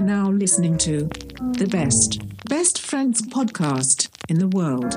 listening to the best, best friends podcast in the world.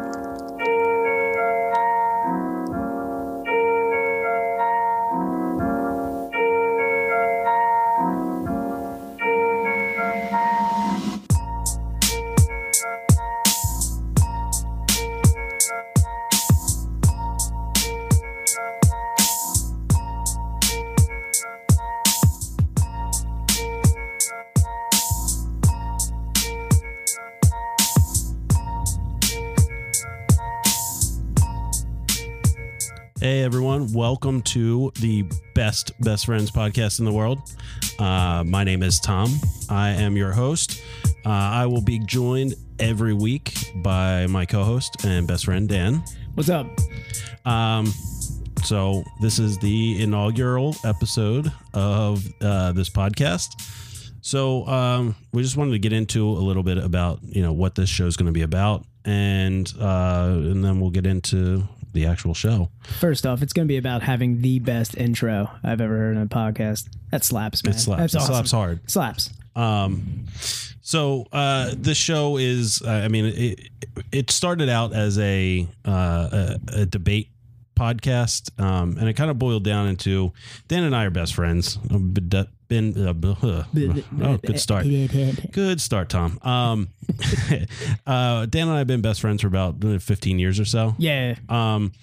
Hey everyone, welcome to the best best friends podcast in the world. Uh, my name is Tom. I am your host. Uh, I will be joined every week by my co-host and best friend Dan. What's up? Um, so this is the inaugural episode of uh, this podcast. So um, we just wanted to get into a little bit about you know what this show is going to be about, and uh, and then we'll get into the actual show. First off, it's going to be about having the best intro I've ever heard in a podcast. That slaps, man. It slaps. That's it awesome. slaps hard. Slaps. Um, so uh, the show is, uh, I mean, it, it started out as a, uh, a a debate podcast, um, and it kind of boiled down into Dan and I are best friends. Been, been uh, blah. oh, good start. Good start, Tom. Um, uh, Dan and I have been best friends for about uh, 15 years or so. Yeah. Um,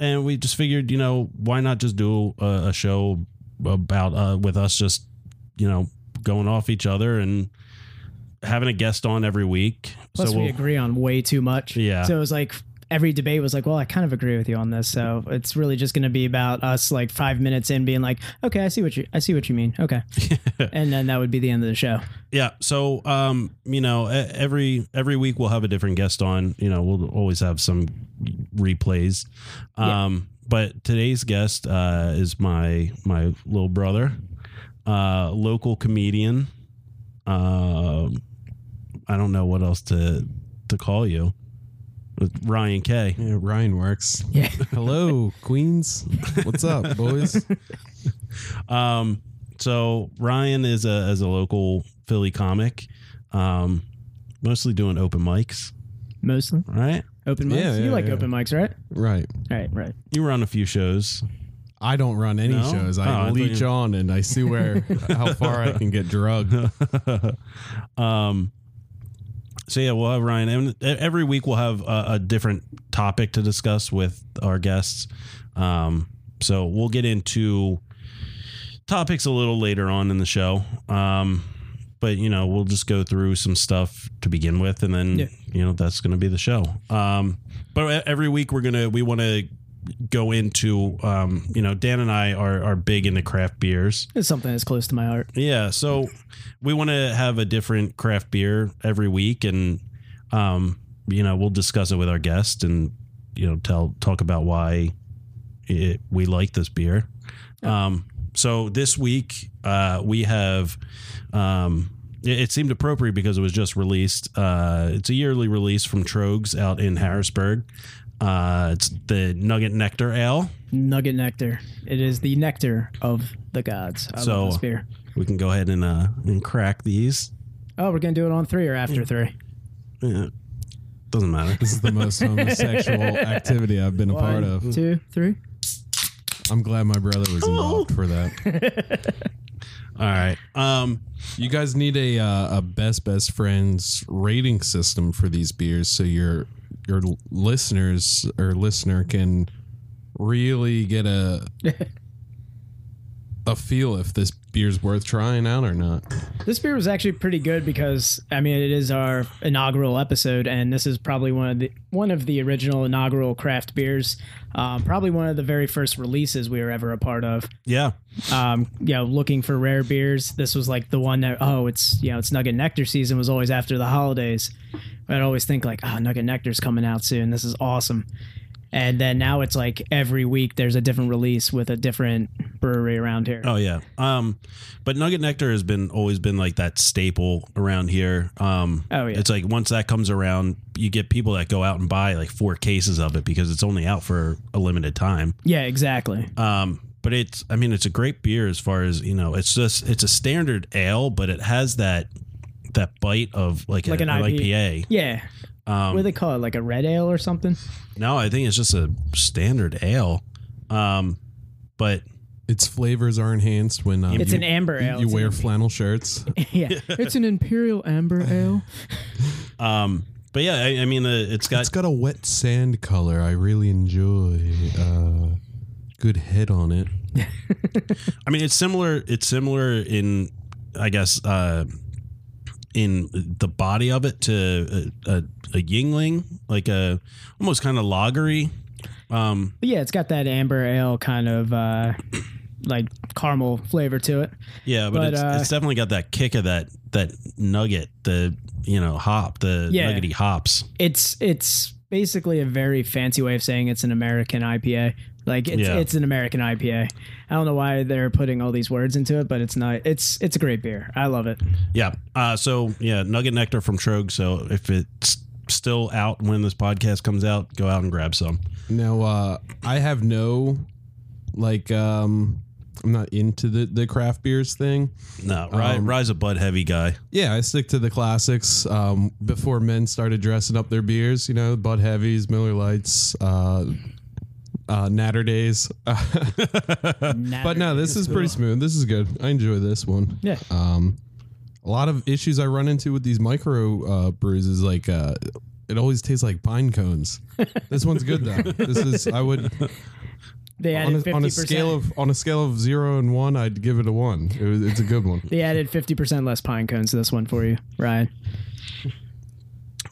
and we just figured, you know, why not just do a, a show about uh, with us just, you know, going off each other and having a guest on every week. Plus, we we'll- agree on way too much. Yeah. So it was like every debate was like, well, I kind of agree with you on this. So it's really just going to be about us like five minutes in being like, okay, I see what you, I see what you mean. Okay. and then that would be the end of the show. yeah. So, um, you know, e- every every week we'll have a different guest on. You know, we'll always have some replays. Yeah. Um, but today's guest uh, is my my little brother, uh, local comedian. Um, I don't know what else to to call you. Ryan K. Yeah, Ryan works. Yeah. Hello, Queens. What's up, boys? Um, so Ryan is a as a local Philly comic, um, mostly doing open mics, Mostly right? open mics. Yeah, yeah, you like yeah. open mics, right? Right. Right. Right. You were on a few shows. I don't run any No? shows. Oh, I I thought leech you- on and I see where how far I can get drugged. um, so yeah, we'll have Ryan, and e- every week we'll have a, a different topic to discuss with our guests. Um, so we'll get into topics a little later on in the show. Um, but you know, we'll just go through some stuff to begin with, and then Yeah. you know that's going to be the show. Um, but e- every week we're gonna we want to go into um, you know Dan and I are are big into craft beers. It's something that's close to my heart. Yeah, so we want to have a different craft beer every week, and um, you know we'll discuss it with our guest, and you know tell talk about why it, we like this beer. Um, so this week uh, we have. Um, it, it seemed appropriate because it was just released. Uh, it's a yearly release from Trogs out in Harrisburg. Uh, it's the Nugget Nectar Ale. Nugget nectar. It is the nectar of the gods. I So- love this beer. We can go ahead and uh, and crack these. Oh, we're gonna do it on three or after three. Yeah. Doesn't matter. This is the most homosexual activity I've been a part One, of. two, three. I'm glad my brother was involved for that. All right. Um, You guys need a uh, a best best friends rating system for these beers so your your listeners or listener can really get a a feel if this beer's worth trying out or not. This beer was actually pretty good because I mean it is our inaugural episode, and this is probably one of the one of the original inaugural craft beers. Um, probably one of the very first releases we were ever a part of. yeah. Um, you know, looking for rare beers. This was like the one that oh, it's you know it's Nugget Nectar season was always after the holidays. I'd always think like oh, Nugget Nectar's coming out soon. This is awesome. And then now it's like every week there's a different release with a different brewery around here. Oh yeah. Um, but Nugget Nectar has been always been like that staple around here. Um, Oh, yeah. It's like once that comes around, you get people that go out and buy like four cases of it because it's only out for a limited time. Yeah, exactly. Um, but it's I mean it's a great beer as far as you know. It's just it's a standard ale, but it has that that bite of like, Like a, an an IP. IPA. Yeah. Um, what do they call it? Like a red ale or something? no, I think it's just a standard ale. Um, but Its flavors are enhanced when uh, It's you, an amber you- ale. You It's wear an- flannel shirts. yeah. It's an imperial amber ale. um, but yeah, I, I mean, uh, it's got It's got a wet sand color. I really enjoy. Uh, good head on it. I mean, it's similar. It's similar in, I guess, uh, in the body of it to a, a, a Yingling, like a almost kind of lagery. Um, But yeah, it's got that amber ale kind of uh like caramel flavor to it. yeah, but, But, it's, uh, it's definitely got that kick of that that nugget, the you know hop, the Yeah. nuggety hops. It's it's basically a very fancy way of saying it's an American IPA. Like it's Yeah. it's an American IPA. I don't know why they're putting all these words into it, but it's not it's it's a great beer. I love it. Yeah. Uh, so yeah, nugget nectar from Trogue. So if it's still out when this podcast comes out, go out and grab some. Now, uh, I have no, like, um, I'm not into the, the craft beers thing. No, rise, Um, rise a bud heavy guy. Yeah, I stick to the classics. Um, before men started dressing up their beers, you know, Bud Heavies, Miller Lights, uh, uh, Natter Days. but no, this is pretty smooth. This is good. I enjoy this one. Yeah. Um, a lot of issues I run into with these micro uh, brews is like uh, it always tastes like pine cones. this one's good though. This is I would They on added a, on a 50%. scale of on a scale of zero and one, I'd give it a one. It was, it's a good one. they added 50% less pine cones to this one for you, Ryan.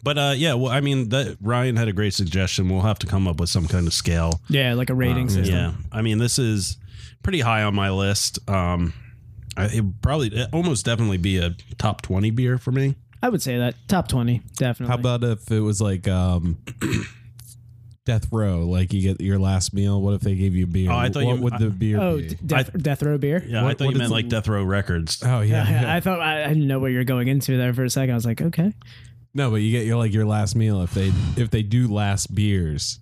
But uh, yeah, well, I mean, that Ryan had a great suggestion. We'll have to come up with some kind of scale. Yeah, like a rating Um, system. Yeah, I mean, this is pretty high on my list. Um, I, it would probably it almost definitely be a top twenty beer for me. I would say that top 20, definitely. How about if it was like um, death row? Like you get your last meal. What if they gave you beer? Oh, I thought what you- would the beer Oh, be? d- death, death row beer. Yeah, I What- thought what you is meant the- like Death Row Records. oh yeah, yeah. I thought I, I didn't know what you're going into there for a second. I was like, okay, No, but you get your like your last meal if they if they do last beers.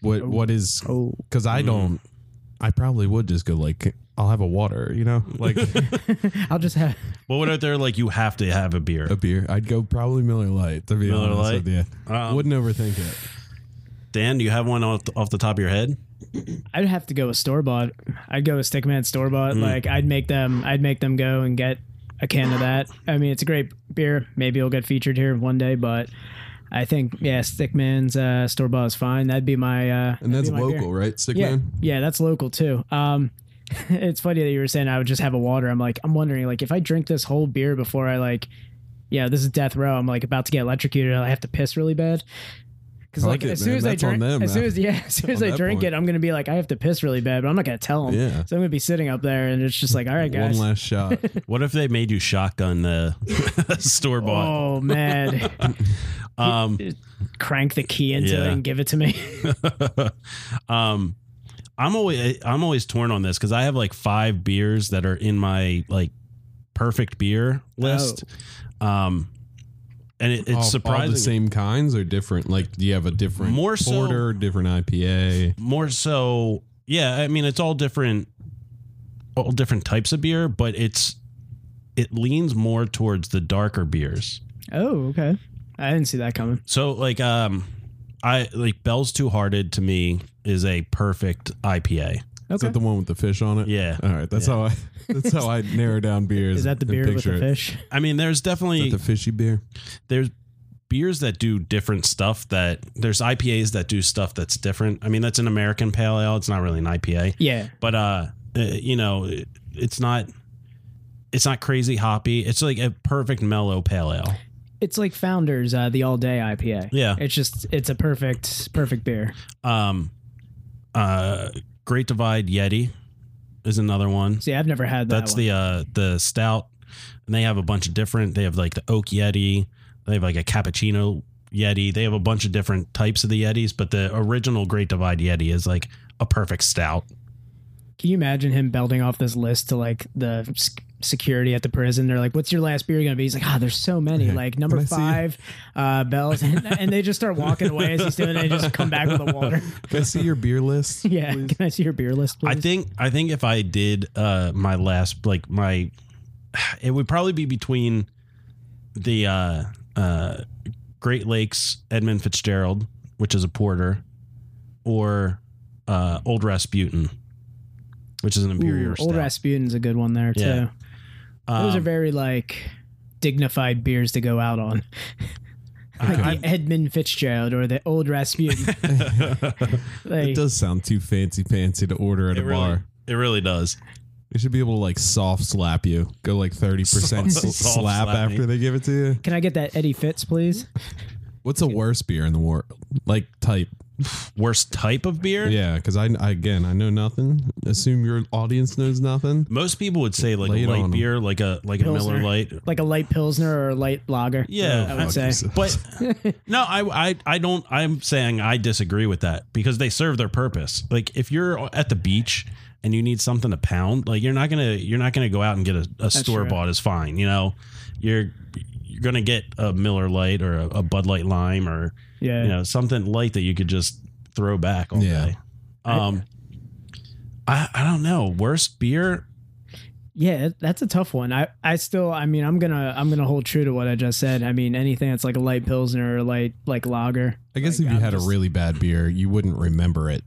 What what is? oh, Because I don't. I probably would just go like I'll have a water. You know, like I'll just have. Well, what if they're like you have to have a beer? a beer. I'd go probably Miller Lite. To be Miller honest Lite? with you, Um, wouldn't overthink it. Dan, do you have one off the, off the top of your head? I'd have to go with store bought. I'd go with Stickman store bought. Mm. Like I'd make them. I'd make them go and get a can of that. I mean, it's a great beer. Maybe it'll get featured here one day, but. I think yeah, Stickman's uh, store bought is fine. That'd be my uh, that'd And that's be my beer. local, right? Stickman. Yeah, yeah, that's local too. Um, it's funny that you were saying I would just have a water. I'm like, I'm wondering, like, if I drink this whole beer before I like, yeah, this is death row. I'm like about to get electrocuted. I have to piss really bad. Because I like, like it, as soon man. as That's I on drink, them, as man. soon as yeah, as soon as On I that drink point. it, I'm gonna be like, I have to piss really bad, but I'm not gonna tell them. Yeah. So I'm gonna be sitting up there, and it's just like, all right, guys. One last shot. What if they made you shotgun the store bought? Oh man, um, crank the key into Yeah. it and give it to me. um i'm always i'm always torn on this because i have like five beers that are in my like perfect beer list um and it, it's Oh. All- all surprising the same kinds are different. Like, do you have a different More so- porter, different IPA? more so yeah i mean it's all different all different types of beer but it's it leans more towards the darker beers oh, okay. I didn't see that coming. so like um i like bell's two hearted to me is a perfect ipa Is Okay. that the one with the fish on it? yeah All right, that's how I that's how I narrow down beers. Is that the and beer with picture the it. fish? i mean there's definitely Is that the fishy beer? there's beers that do different stuff that there's IPAs that do stuff that's different. I mean, that's an American pale ale. It's not really an IPA, Yeah. but uh, uh, you know, it, it's not it's not crazy hoppy. It's like a perfect mellow pale ale. it's like Founders, uh, the all day IPA. Yeah. It's just it's a perfect perfect beer. Um, uh, Great Divide Yeti is another one. See, I've never had that. That's one. the uh the stout, and they have a bunch of different. They have like the oak yeti. They have like a cappuccino yeti. They have a bunch of different types of the yetis, but the original Great Divide yeti is like a perfect stout. Can you imagine him belting off this list to like the sec- security at the prison? They're like, "What's your last beer gonna be?" He's like, "Ah, there's so many. Like number I see- five, uh, Bell's," and, and they just start walking away as he's doing. it and just come back with a water. Can I see your beer list? yeah. Can I see your beer list, please? I think I think if I did uh my last like my, it would probably be between the uh, uh, Great Lakes Edmund Fitzgerald, which is a porter, or uh, Old Rasputin, which is an Ooh, imperial Old stout. Rasputin's a good one there too. Yeah. Those are Um, very like dignified beers to go out on. like I- the Edmund Fitzgerald or the Old Rasputin. They- It does sound too fancy fancy to order at it a really, bar. it really does. They should be able to like soft slap you. Go like 30% Soft slap, slap me. after they give it to you. Can I get that Eddie Fitz, please? What's the worst beer in the world? Like type. Worst type of beer? Yeah, because I, I- again, I know nothing. Assume your audience knows nothing. Most people would say like a Lay it on light 'em. beer, like a like a Pilsner. Miller Light. Like a light pilsner or a light lager? Yeah, I would Fuck say. yourself. But no, I, I I don't. I'm saying I disagree with that because they serve their purpose. Like if you're at the beach and you need something to pound, like you're not gonna you're not gonna go out and get a, a store bought is fine. You know, you're you're gonna get a Miller Light or a, a Bud Light Lime or Yeah. you know something light that you could just throw back all Yeah. day. Um, I I don't know. Worst beer. Yeah, it- that's a tough one. I, I still, I mean, I'm gonna, I'm gonna hold true to what I just said. I mean, anything that's like a light pilsner or a light, like lager. I guess Like, if you I'm had just- a really bad beer, you wouldn't remember it.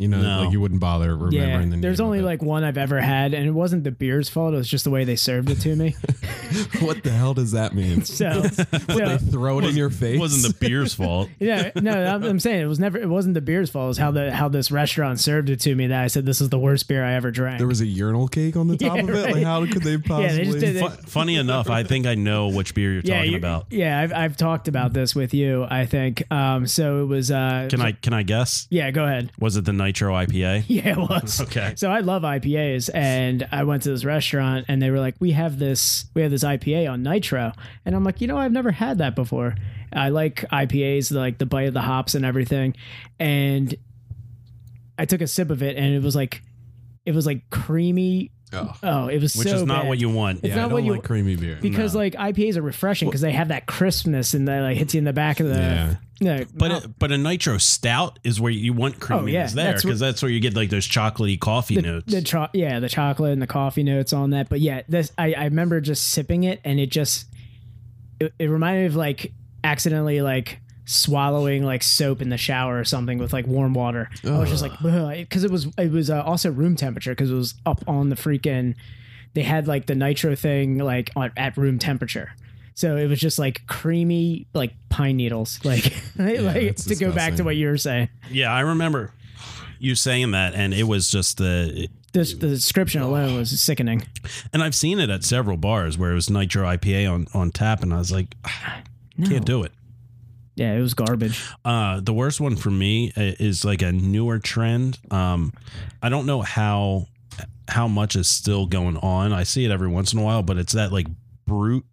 You know, No. like you wouldn't bother remembering Yeah, the name. there's of only it. like one I've ever had, and it wasn't the beer's fault. It was just the way they served it to me. what the hell does that mean? So, they so throw it in your face. It wasn't the beer's fault. yeah, no, I'm, I'm saying it was never. It wasn't the beer's fault. It was how the how this restaurant served it to me that I said this is the worst beer I ever drank. there was a urinal cake on the top Yeah, of it. right. Like, how could they possibly? yeah, they just did. Fu- it. funny enough, I think I know which beer you're yeah, talking you- about. yeah. I've I've talked about this with you. I think. Um. So it was. Uh. Can I can I guess? Yeah. Go ahead. Was it the Nitro IPA? Yeah, it was. Okay. So I love IPAs, and I went to this restaurant, and they were like, "We have this, we have this IPA on nitro," and I'm like, "You know, I've never had that before. I like IPAs, like the bite of the hops and everything." And I took a sip of it, and it was like, it was like creamy. Oh. Oh, it was Which so is not bad. what you want. It's Yeah, I not what don't you- like creamy beer. because like IPAs are refreshing because they have that crispness and that like hits you in the back of the. Yeah. No, But a, but a nitro stout is where you want creaminess Oh, yeah, there that's wh- because that's, where you get like those chocolatey coffee notes. the cho- yeah the chocolate and the coffee notes on that but yeah this i, I remember just sipping it and it just it, it reminded me of like accidentally like swallowing like soap in the shower or something with like warm water i was just like because it was it was uh, also room temperature because it was up on the freaking they had like the nitro thing like on, at room temperature so it was just like creamy like pine needles like like that's to go back to disgusting. what you were saying yeah, I remember you saying that, and it was just the. this the description alone was sickening And I've seen it at several bars where it was nitro IPA on on tap, and I was like, "Ah, can't do it. yeah it was garbage Uh, the worst one for me i- is like a newer trend. Um, I don't know how how much is still going on. I see it every once in a while, but it's that like brute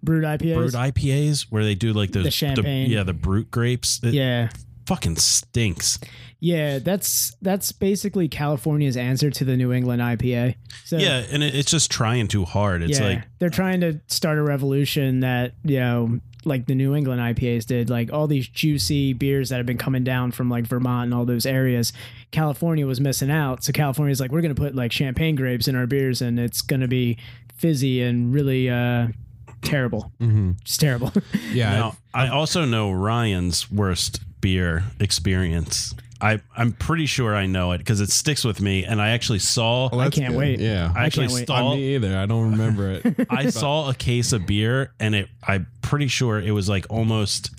brewed IPAs. brute IPAs where they do like those The champagne. yeah, the brute grapes. It yeah, fucking stinks. yeah. That's that's basically California's answer to the New England IPA. So yeah, and it, it's just trying too hard. It's yeah, like they're trying to start a revolution that you know, like the New England IPAs did. Like all these juicy beers that have been coming down from like Vermont and all those areas. California was missing out, so California's like, we're gonna put like champagne grapes in our beers, and it's gonna be fizzy and really uh terrible, hmm just terrible. yeah, now, I also know Ryan's worst beer experience. I I'm pretty sure I know it because it sticks with me, and I actually saw. Well, that's can't wait. Yeah, I actually can't wait. saw me either. I don't remember it. I saw a case of beer and it I'm pretty sure it was like almost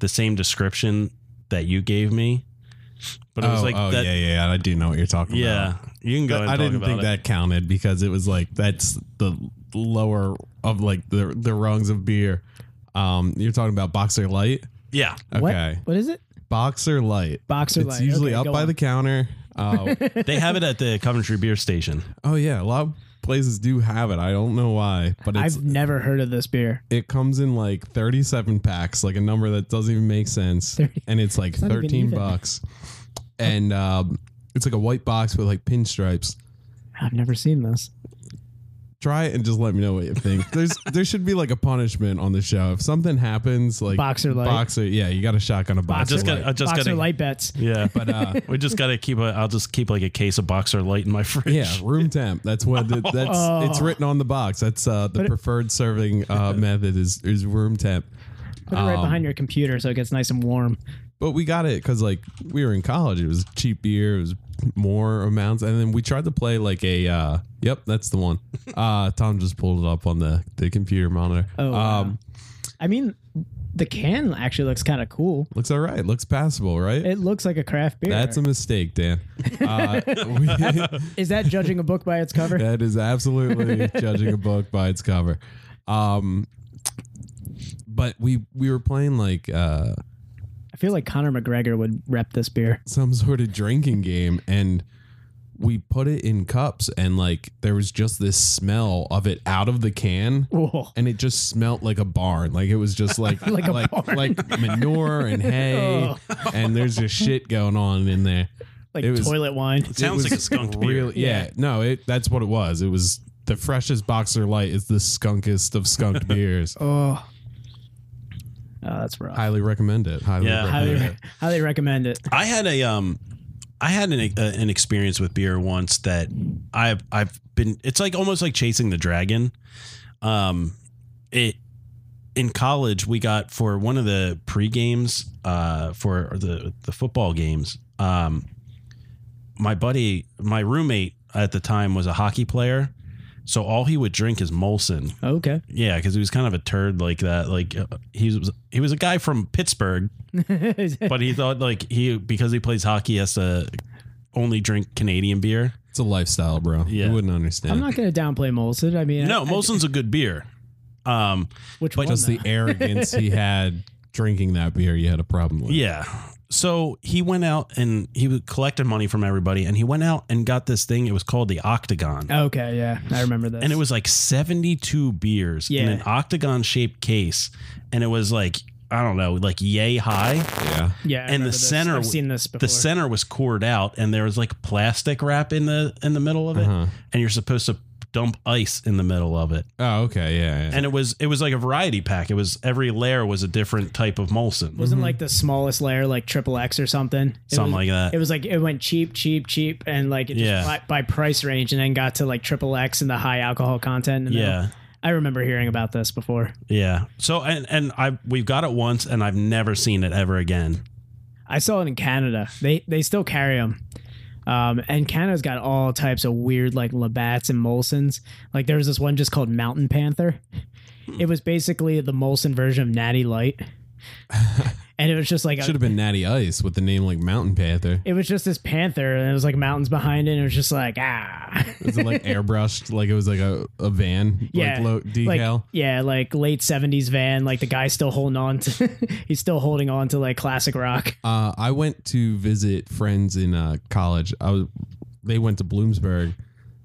the same description that you gave me. But it was oh, like oh, that yeah, yeah, yeah. I do know what you're talking about. You can go But and I talk didn't about think it. that counted because it was like that's the lower of like the the rungs of beer. Um, you're talking about Boxer Light. Yeah. What? Okay, What is it? Boxer Light. Boxer it's Light. usually Okay, up go by on. the counter. Uh, They have it at the Coventry Beer Station. oh yeah, a lot of places do have it. I don't know why, but it's I've never heard of this beer. it comes in like 37 packs, like a number that doesn't even make sense, 30. and it's like not even 13 even. bucks, and um, it's like a white box with like pinstripes. I've never seen this. Try it and just let me know what you think. There's there should be like a punishment on the show if something happens like Boxer light. boxer. Yeah, you got a shotgun a boxer. just got- light. I Uh, just Boxer gotta- light bets. Yeah, but uh, we just gotta keep. A, I'll just keep like a case of Boxer Light in my fridge. yeah, room temp. That's what the, that's Oh. it's written on the box. That's uh, the preferred serving uh, method is is room temp. Put it Um, right behind your computer so it gets nice and warm. But we got it because like we were in college. It was cheap beer. It was more amounts, and then we tried to play like a. uh Yep, that's the one. Uh Tom just pulled it up on the the computer monitor. Um, Oh, wow. um, I mean, the can actually looks kind of cool. looks all right. Looks passable, right? It looks like a craft beer. that's a mistake, Dan. Uh, we, Is that judging a book by its cover? that is absolutely judging a book by its cover. Um, but we we were playing like uh I feel like Conor McGregor would rep this beer. some sort of drinking game and we put it in cups and like there was just this smell of it out of the can Whoa. and it just smelt like a barn like it was just like Like a like, barn. like manure and hay Oh. and there's just shit going on in there Like It was- toilet wine. It Sounds was like a skunk beer. really yeah, no it that's what it was it was the freshest boxer light is the skunkest of skunked beers Oh. Oh, that's rough. highly recommend it highly Yeah. recommend highly, it. highly recommend it. I had a um, I had an uh, an experience with beer once that I've I've been. It's like almost like chasing the dragon. Um, it in college we got for one of the pre games uh for the the football games. Um, my buddy, my roommate at the time was a hockey player, so all he would drink is Molson. Okay. Yeah, because he was kind of a turd like that. Like uh, he was he was a guy from Pittsburgh but he thought like he because he plays hockey he has to only drink Canadian beer. it's a lifestyle bro Yeah. you wouldn't understand I'm not going to downplay Molson. I mean, No, I- Molson's a good beer. Um, which but one? just the though? arrogance he had drinking that beer you had a problem with yeah. So he went out and he was- collected money from everybody, and he went out and got this thing. It was called the Oh, Octagon, Okay, yeah, I remember this. and it was like seventy-two beers in Yeah. an octagon-shaped case, and it was like I don't know, like yay high. yeah yeah, I and the remember this. center- I've seen this before. The center was cored out, and there was like plastic wrap in the in the middle of it, Uh-huh. and you're supposed to dump ice in the middle of it. Oh, okay, yeah. yeah. and it was it was like a variety pack. It was every layer was a different type of Molson, wasn't like the smallest layer, like triple X or something. It Mm-hmm. something was, like that. It was like it went cheap, cheap, cheap, and like it just Yeah. by, by price range, and then got to like triple X and the high alcohol content. And yeah, I remember hearing about this before. yeah. So and and I we've got it once, and I've never seen it ever again. I saw it in Canada. They they still carry them. Um, and Canada's got all types of weird like Labatt's and Molson's. Like there was this one just called Mountain Panther. It was basically the Molson version of Natty Light. and it was just like a- Should have been Natty Ice with the name like Mountain Panther. it was just this panther and it was like mountains behind it and it was just like ah Is it like airbrushed? Like it was like a, a van? yeah Like low like- decal? yeah like late 70s van like the guy's still holding on to he's still holding on to like classic rock Uh, I went to visit friends in uh, college. I was, they went to Bloomsburg,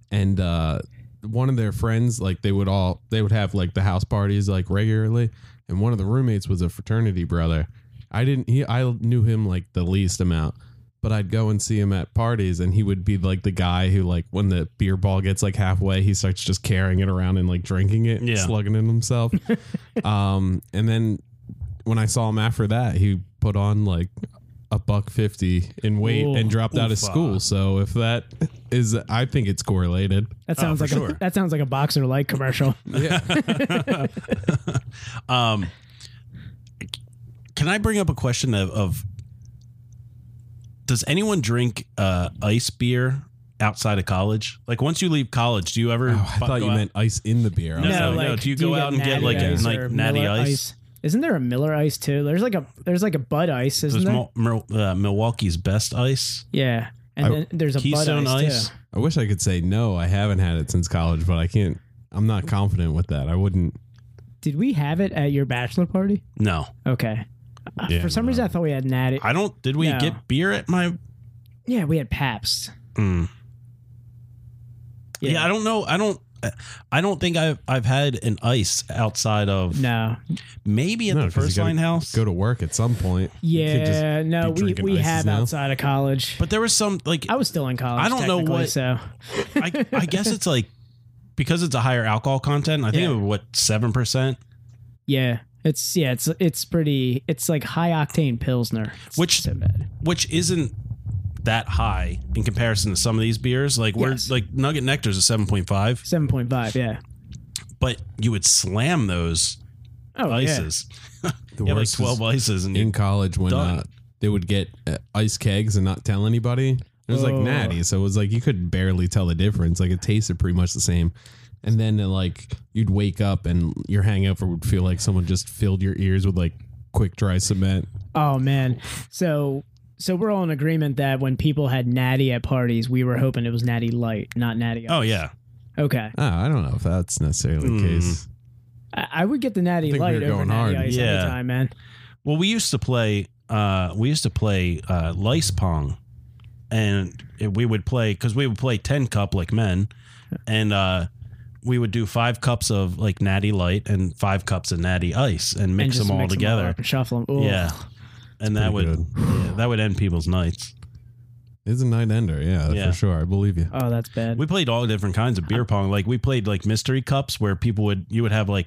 and uh, one of their friends, like they would all, they would have like the house parties like regularly, and one of the roommates was a fraternity brother. I didn't, he, I knew him like the least amount, but I'd go and see him at parties, and he would be like the guy who like when the beer ball gets like halfway, he starts just carrying it around and like drinking it, Yeah. slugging it himself. um, and then when I saw him after that, he put on like a buck fifty in weight Ooh. and dropped out of Oofa. school. So if that is, I think it's correlated. that sounds Oh, for like a, sure. that sounds like a boxer light commercial Yeah, Um, can I bring up a question of, of does anyone drink uh, ice beer outside of college? Like once you leave college, do you ever? Oh, I bu- thought go you out- meant ice in the beer. No, no, no. Do you go out and get, Natty like, a Ice night- or Natty Miller Ice? Isn't there a Miller Ice too? There's like a there's like a Bud Ice, isn't There's there? Mil- Mil- uh, Milwaukee's best ice. yeah, and I- then there's a Keystone Bud Ice, Ice? too. I wish I could say no. I haven't had it since college, but I can't. I'm not confident with that. I wouldn't. Did we have it at your bachelor party? No, Okay. Uh, Yeah, For some no. reason, I thought we had Natty. I don't. Did we No. get beer at my? yeah, we had Pabst. Mm. Yeah. I don't know. I don't. I don't think I've I've had an ice outside of No. maybe at No, the 'cause you first gotta line house. Go to work at some point. You could just- Yeah, no. be We drinking we ices have now. outside of college. Oh. but there was some like I was still in college. I don't know technically, what- So I, I guess it's like because it's a higher alcohol content. I think Yeah. it was what seven percent, Yeah, it's yeah, it's it's pretty. It's like high octane pilsner. It's Which- so bad. which isn't that high in comparison to some of these beers. Like we're Yes. like Nugget Nectar's a seven point five, Seven point five. Yeah. but you would slam those Oh ices. The You have like worst is twelve ices, and in college when Done. uh, they would get uh, ice kegs and not tell anybody. It was like Oh. natty, so it was like you could barely tell the difference. Like it tasted pretty much the same. And then uh, like you'd wake up and your hangover would feel like someone just filled your ears with like quick dry cement. yeah. Oh man. So so we're all in agreement that when people had natty at parties, we were hoping it was natty light, not natty. oh yeah, Okay. Oh, I don't know if that's necessarily Mm. the case. I, I would get the natty I think we light were over going natty hard. ice Yeah. every time, man. Well, we used to play. Uh, we used to play uh, lice pong, and it- we would play because we would play ten cup like men, and uh, we would do five cups of like Natty Light and five cups of Natty Ice and And mix just them all mix together. up and shuffle them. Ooh. yeah, and that pretty would yeah, that would end people's nights. It's a night ender, yeah, Yeah. for sure. I believe you. Oh, that's bad. We played all different kinds of beer pong. Like we played like mystery cups where people would you would have like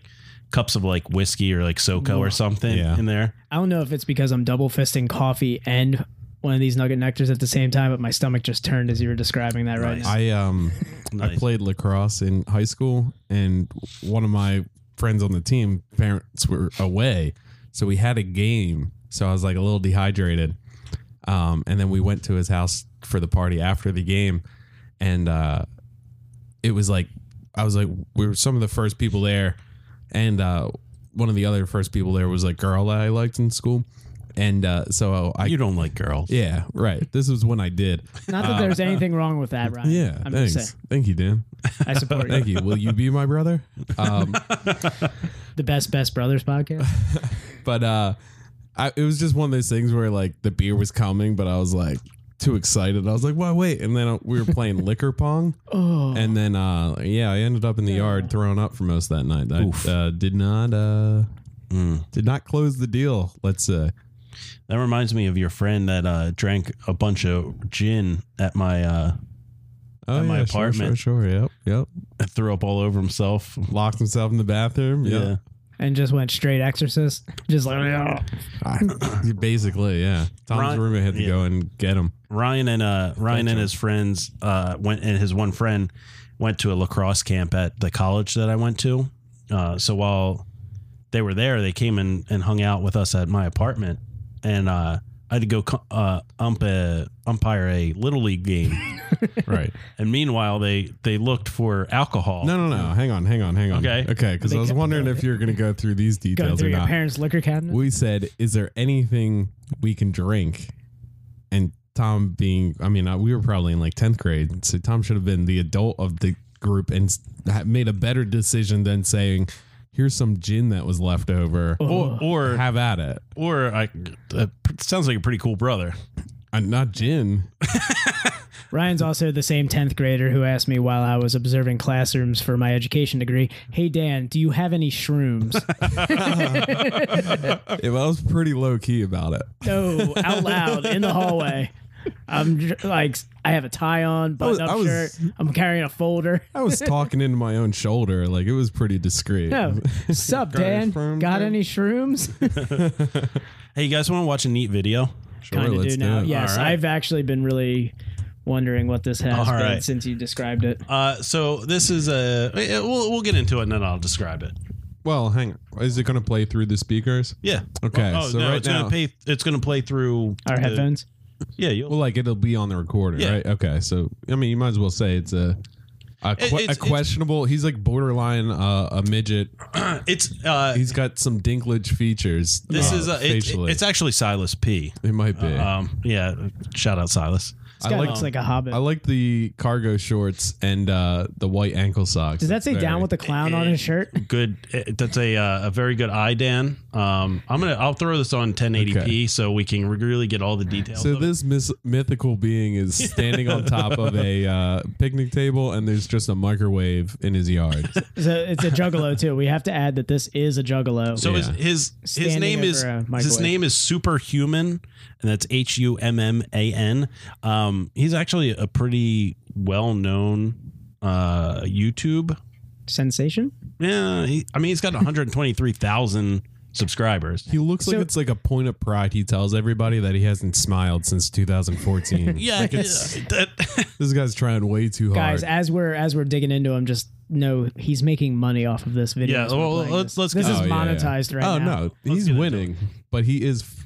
cups of like whiskey or like SoCo or something Yeah. in there. I don't know if it's because I'm double fisting coffee and one of these nugget nectars at the same time, but my stomach just turned as you were describing that right Nice. now. I um I Nice. played lacrosse in high school, and one of my friends on the team parents were away, so we had a game. So I was like a little dehydrated, um, and then we went to his house for the party after the game, and uh, it was like I was like we were some of the first people there, and uh, one of the other first people there was like girl that I liked in school, and uh, so I you don't like girls. yeah right this was when I did Not that there's anything wrong with that, Ryan. Um, yeah I'm thanks just saying. thank you Dan I support you. Thank you. Will you be my brother? Um, the best best brothers podcast. but uh, I, it was just one of those things where like the beer was coming, but I was like too excited. I was like, "Why wait?" And then uh, we were playing liquor pong, Oh, and then uh, yeah, I ended up in the yard throwing up for most of that night. I uh, did not uh, Mm. did not close the deal. Let's uh, say That reminds me of your friend that uh, drank a bunch of gin at my uh, oh, At my yeah, sure, apartment. Sure, sure, Yep, yep. threw up all over himself. Locked himself in the bathroom. Yeah, and just went straight exorcist. Just like basically, yeah. Tom's Ron- roommate had to yeah. go and get him. Ryan and uh Ryan and his friends uh went and his one friend went to a lacrosse camp at the college that I went to. Uh so while they were there, they came and and hung out with us at my apartment and uh I had to go co- uh, ump a, umpire a little league game, Right. and meanwhile they they looked for alcohol. No, no, no. Hang on, hang on, hang on. Okay. Okay, because I was wondering if you were going to go through these going details through or your not. parents' liquor cabinet. We said, is there anything we can drink? And Tom being, I mean, uh, we were probably in like 10th grade. So Tom should have been the adult of the group and s- ha- made a better decision than saying, here's some gin that was left over. Or or Have at it. or I uh, sounds like a pretty cool brother. Uh, not gin. Ryan's also the same 10th grader who asked me while I was observing classrooms for my education degree, "Hey Dan, do you have any shrooms?" It was pretty low key about it. no, out loud in the hallway. I'm dr- like I have a tie on, was- button up I was- shirt. I'm carrying a folder. I was talking into my own shoulder. Like it was pretty discreet. No. Sup, Dan? shrooms, Got Dan? any shrooms? Hey, you guys want to watch a neat video? Sure, Kind of let's do now. it. Yes, All right. I've actually been really wondering what this has All been right. since you described it. Uh, so this is a eh, we'll we'll get into it and then I'll describe it. Well, hang on. Is it going to play through the speakers? Yeah. Okay, Oh, so no, right it's now- gonna pay. It's gonna play through Our the- headphones. Yeah, you'll, Well, like it'll be on the recorder, Yeah. right? Okay, so I mean, you might as well say it's a a, que- it's- a questionable. He's like borderline uh, a midget. it's uh, He's got some dinklage features. this uh, is uh, it, facially. it's actually Silas P. it might be. Uh-uh. Um, yeah, shout out Silas. This I guy like- looks like a hobbit. I like the cargo shorts and uh, the white ankle socks. Does that say down with the? the clown on his shirt? Good. eh, That's a uh, a very good eye, Dan. Um, I'm gonna I'll throw this on 1080p Okay. so we can re- really get all the details. So of it. this mis- mythical being is standing on top of a uh, picnic table, and there's just a microwave in his yard. It's a, it's a juggalo too. We have to add that this is a juggalo. So Yeah. his his his Standing name over is a his microwave. name is Superhuman, and that's H U M M A N. Um, he's actually a pretty well known uh, YouTube sensation. Yeah, he, I mean, he's got 123,000 subscribers. He looks So- like it's like a point of pride. He tells everybody that he hasn't smiled since 2014. Yeah, Like it's- yeah, that- this guy's trying way too hard. Guys, as we're as we're digging into him, just know he's making money off of this video. Yeah, as we're well, playing let's- this. let's This get- is Oh, yeah, yeah. monetized right oh now. no, he's get into winning, but he is. f-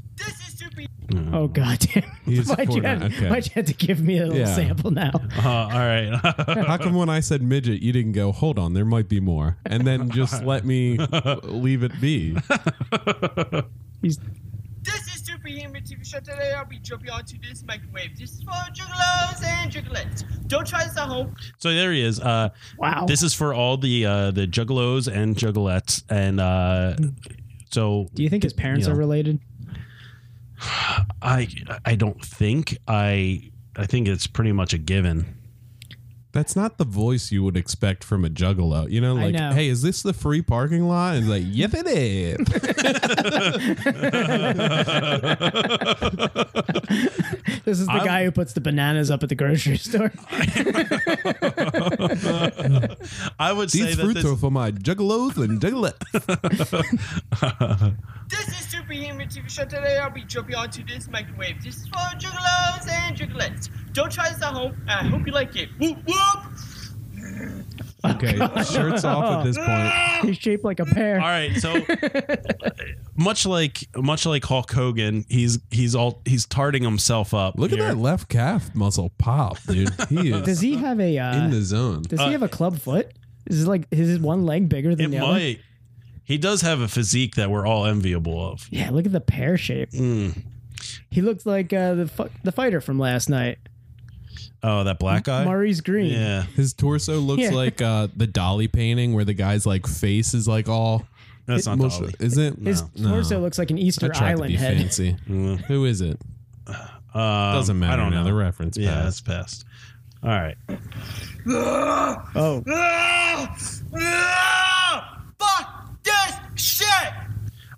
Oh god damn! He's Why'd you, have, Fortnite, okay. why'd you have to give me a little Yeah. sample now? Uh, all right. How come when I said midget, you didn't go? Hold on, there might be more, and then just let me leave it be. He's This is Superhuman TV Show. Today I'll be jumping onto this microwave. This is for juggalos and juggalettes. Don't try this at home. so there he is. Uh, wow. This is for all the uh, the juggalos and juggalettes, and uh, so Do you think his parents Yeah. are related? I I don't think I I think it's pretty much a given. That's not the voice you would expect from a juggalo. You know, I like, know. hey, is this the free parking lot? And like, yep, it is. This is the I'm- guy who puts the bananas up at the grocery store. I would say These that fruits this, are for my juggalos and juggalettes. This is Superhuman TV Show. Today I'll be jumping onto this microwave. This is for juggalos and juggalettes. Don't try this at home. I hope you like it. Whoop whoop. Oh, Okay, shirts off at this point. He's shaped like a pear. all right. So much like much like Hulk Hogan, he's he's all he's tarting himself up. Look here. at that left calf muscle pop, dude. He is Does he have a? Uh, in the zone. does he have a club foot? Is it like is his one leg bigger It than the other? might. He does have a physique that we're all enviable of. Yeah, look at the pear shape. Mm. He looked like uh, the fu- the fighter from last night, Oh, that black guy. Maurice Green. yeah. His torso looks Yeah. like uh, the Dolly painting, where the guy's like face is like all. That's not Most- Dolly. Is it? His No. torso looks like an I Easter tried to Island be head. fancy. Mm. Who is it? Um, Doesn't matter. I don't know. the reference. yeah, passed. that's past. All right. Oh, Ah! Ah! Fuck this shit.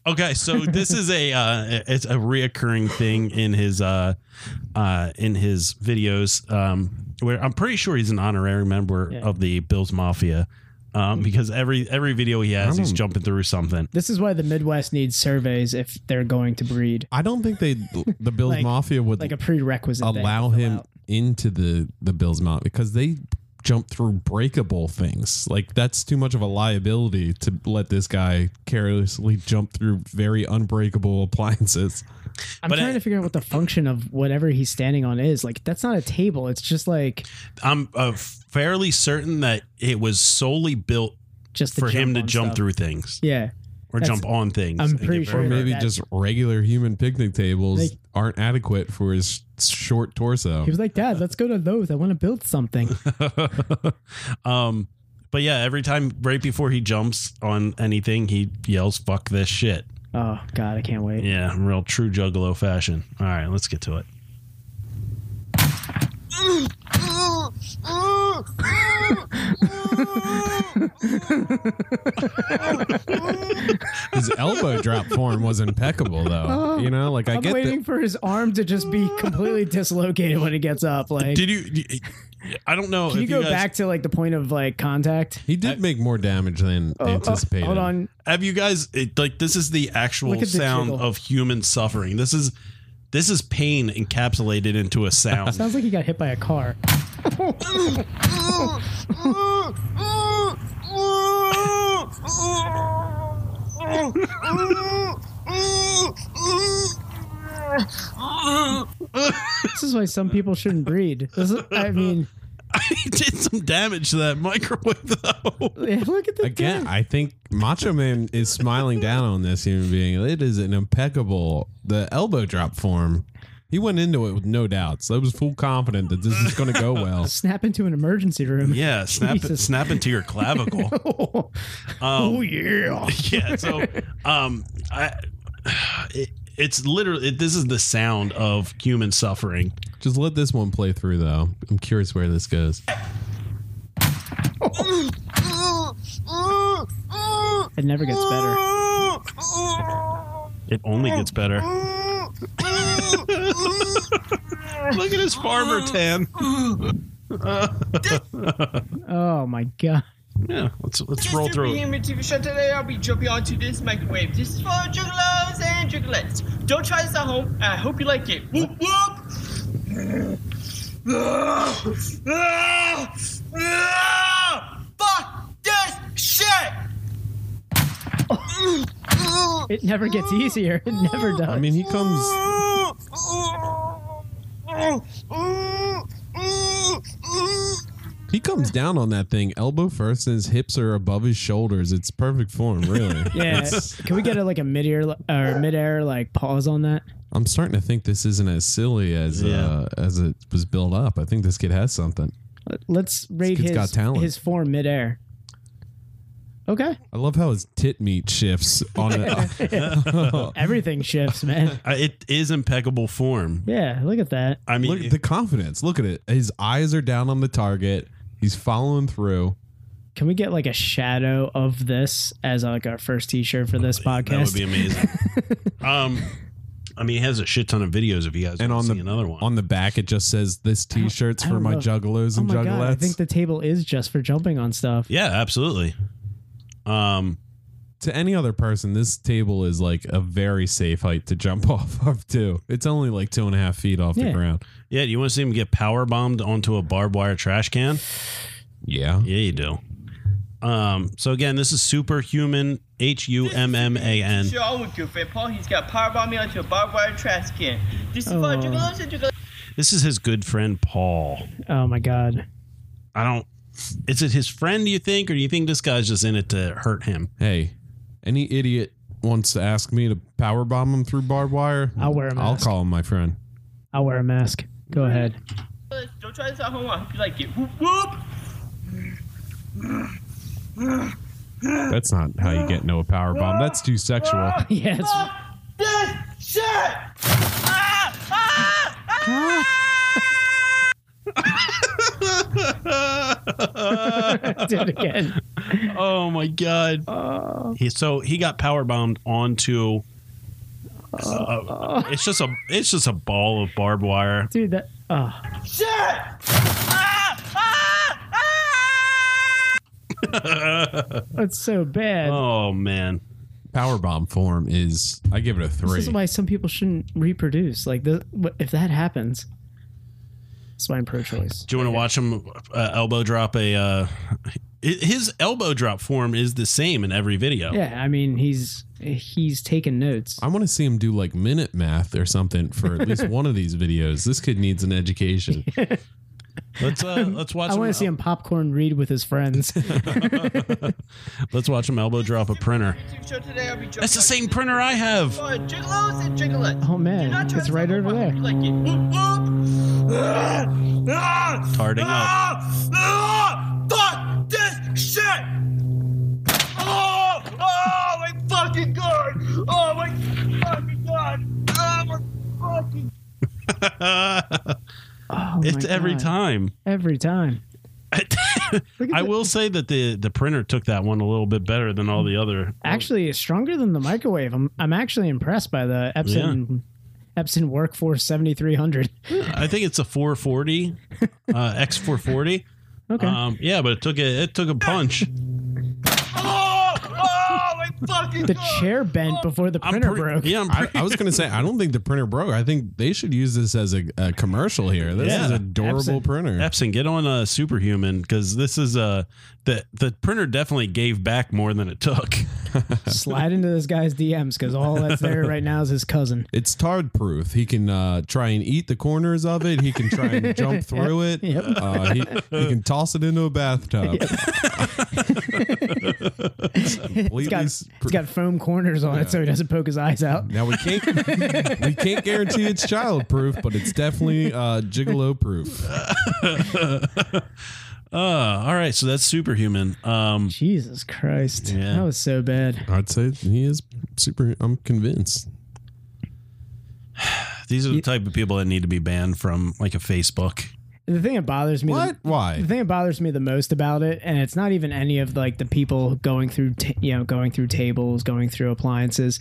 Okay, so this is a uh, it's a reoccurring thing in his uh, uh, in his videos. Um, where I'm pretty sure he's an honorary member Yeah. of the Bills Mafia, um, because every every video he has, I he's don't- jumping through something. this is why the Midwest needs surveys if they're going to breed, I don't think they the Bills Like- Mafia would like a prerequisite. they allow have to him fill out. into the the Bills Mafia because they jump through breakable things. Like that's too much of a liability to let this guy carelessly jump through very unbreakable appliances. I'm but trying I- to figure out what the function of whatever he's standing on is. Like that's not a table. It's just like I'm uh, fairly certain that it was solely built just for him to on jump stuff. through things Yeah, or That's- jump on things. I'm and get pretty very- sure- Or maybe That- just regular human picnic tables Like- aren't adequate for his short torso. he was like, "Dad, let's go to those. I want to build something." um, but yeah, every time right before he jumps on anything, he yells "fuck this shit." oh God, I can't wait. Yeah, real true juggalo fashion. All right, let's get to it. His elbow drop form was impeccable, though. You know, like I Oh, I'm get waiting that. for his arm to just be completely dislocated when he gets up. Like, Did you? I don't know. can you if go guys, back to like the point of like contact? He did make more damage than anticipated. Oh, Hold on, Have you guys it, like this? Is the actual Look at the sound jiggle. of human suffering? This is this is pain encapsulated into a sound. sounds like he got hit by a car. This is why some people shouldn't breed. This is, I mean, he did some damage to that microwave, though. yeah, look at the Again, guy. I think Macho Man is smiling down on this human being. It is an impeccable the elbow drop form. He went into it with no doubts. I was full confident that this is going to go well. Snap into an emergency room. Yeah, snap Jesus. snap into your clavicle. oh, Um, yeah. yeah. So, um, I. It, it's literally it, this is the sound of human suffering. Just let this one play through, though. I'm curious where this goes. It never gets better. It only gets better. Look at his farmer tan. Oh my god. Yeah, let's let's Just roll to through be it. in my TV show today, I'll be jumping onto this microwave. This is for juggalos and jugglets. Don't try this at home. I hope you like it. Whoop whoop! Fuck this shit! It never gets easier. It never does. I mean, he comes. He comes down on that thing, elbow first, and his hips are above his shoulders. It's perfect form, really. yeah. Can we get a, like a mid air or mid air like pause on that? I'm starting to think this isn't as silly as Yeah. uh, as it was built up. I think this kid has something. Let- Let's rate his kid's got talent. his form mid air. Okay. I love how his tit meat shifts on it. Oh. Everything shifts, man. Uh, It is impeccable form. Yeah, look at that. I mean, Look at the confidence. Look at it. His eyes are down on the target. He's following through. Can we get like a shadow of this as like our first T-shirt for this that would podcast? be amazing. um, I mean, he has a shit ton of videos. If you guys And want on to the see another one, on the back, it just says, "This T-shirt's I for don't my know. juggalos oh and my juggalettes." god! I think the table is just for jumping on stuff. yeah, absolutely. Um, to any other person, this table is like a very safe height to jump off of too. It's only like two and a half feet off Yeah. the ground. yeah, you want to see him get power bombed onto a barbed wire trash can? Yeah. Yeah, you do. Um, so again, this is superhuman. H U M M A N. Sure, I'm with good friend Paul. He's got power bomb me onto a barbed wire trash can. This is for Aw. juggalos and jugglets. This is his good friend Paul. Oh my god! I don't. Is it his friend? Do you think, or do you think this guy's just in it to hurt him? Hey, any idiot wants to ask me to power bomb him through barbed wire? I'll wear a I'll mask. call him my friend. I'll wear a mask. Go ahead. Don't try this at home. I hope you like it. Whoop whoop! That's not how you get no power bomb. That's too sexual. Yes. Fuck this shit! Ah! Ah! Ah! Do it again. Oh my god! Uh, He, so he got power bombed onto. uh, it's just a it's just a ball of barbed wire. Dude, that. Oh, Shit! Ah! Ah! Ah! that's so bad. Oh man! Power bomb form is I give it a this three. is why some people shouldn't reproduce. Like, the, wh- if that happens, that's why I'm pro-choice. Do you want to watch him uh, elbow drop a? Uh, hi- his elbow drop form is the same in every video. Yeah, I mean, he's he's taking notes. I want to see him do like minute math or something for at least one of these videos. This kid needs an education. Let's uh, let's watch. I want to see him popcorn read with his friends. Let's watch him elbow drop a printer. YouTube show today, I'll be jumping That's the onto same this printer I have. for juggalos and jugglets. oh Do man, not try it's this right at over home. I hope there. you like it. Whoop whoop! Ah! Ah! Farting up. Ah! Ah! Fuck this shit! Oh! Oh my fucking god! Oh my fucking god! Oh my fucking Oh, It's my every God. time. Every time. Look at I the- will say that the the printer took that one a little bit better than all the other. Actually, it's stronger than the microwave. I'm I'm actually impressed by the Epson Epson Workforce 7300. I think it's a 440 uh, X 440. Okay. Um, yeah, but it took a it took a punch. Oh! Oh my fucking the god! chair bent before the I'm printer pre- broke. Yeah, I'm I, pretty, I was gonna say I don't think the printer broke. I think they should use this as a, a commercial here. This is Yeah. a durable Epson. printer. Epson, get on a superhuman because this is uh the the printer definitely gave back more than it took. Slide into this guy's DMs because all that's there right now is his cousin. It's tard proof. He can uh, try and eat the corners of it. He can try and jump through it. Yep. Uh, he, he can toss it into a bathtub. It's completely It's got, s- it's got foam corners on it so he doesn't poke his eyes out. now we can't we can't guarantee it's child proof, but it's definitely uh, gigolo proof. Uh, all right, so that's superhuman. Um, Jesus Christ. Yeah. That was so bad. I'd say he is super. I'm convinced. these are the type of people that need to be banned from like a Facebook. The thing that bothers me. What? Why? The thing that bothers me the most about it, and it's not even any of like the people going through, ta- you know, going through tables, going through appliances.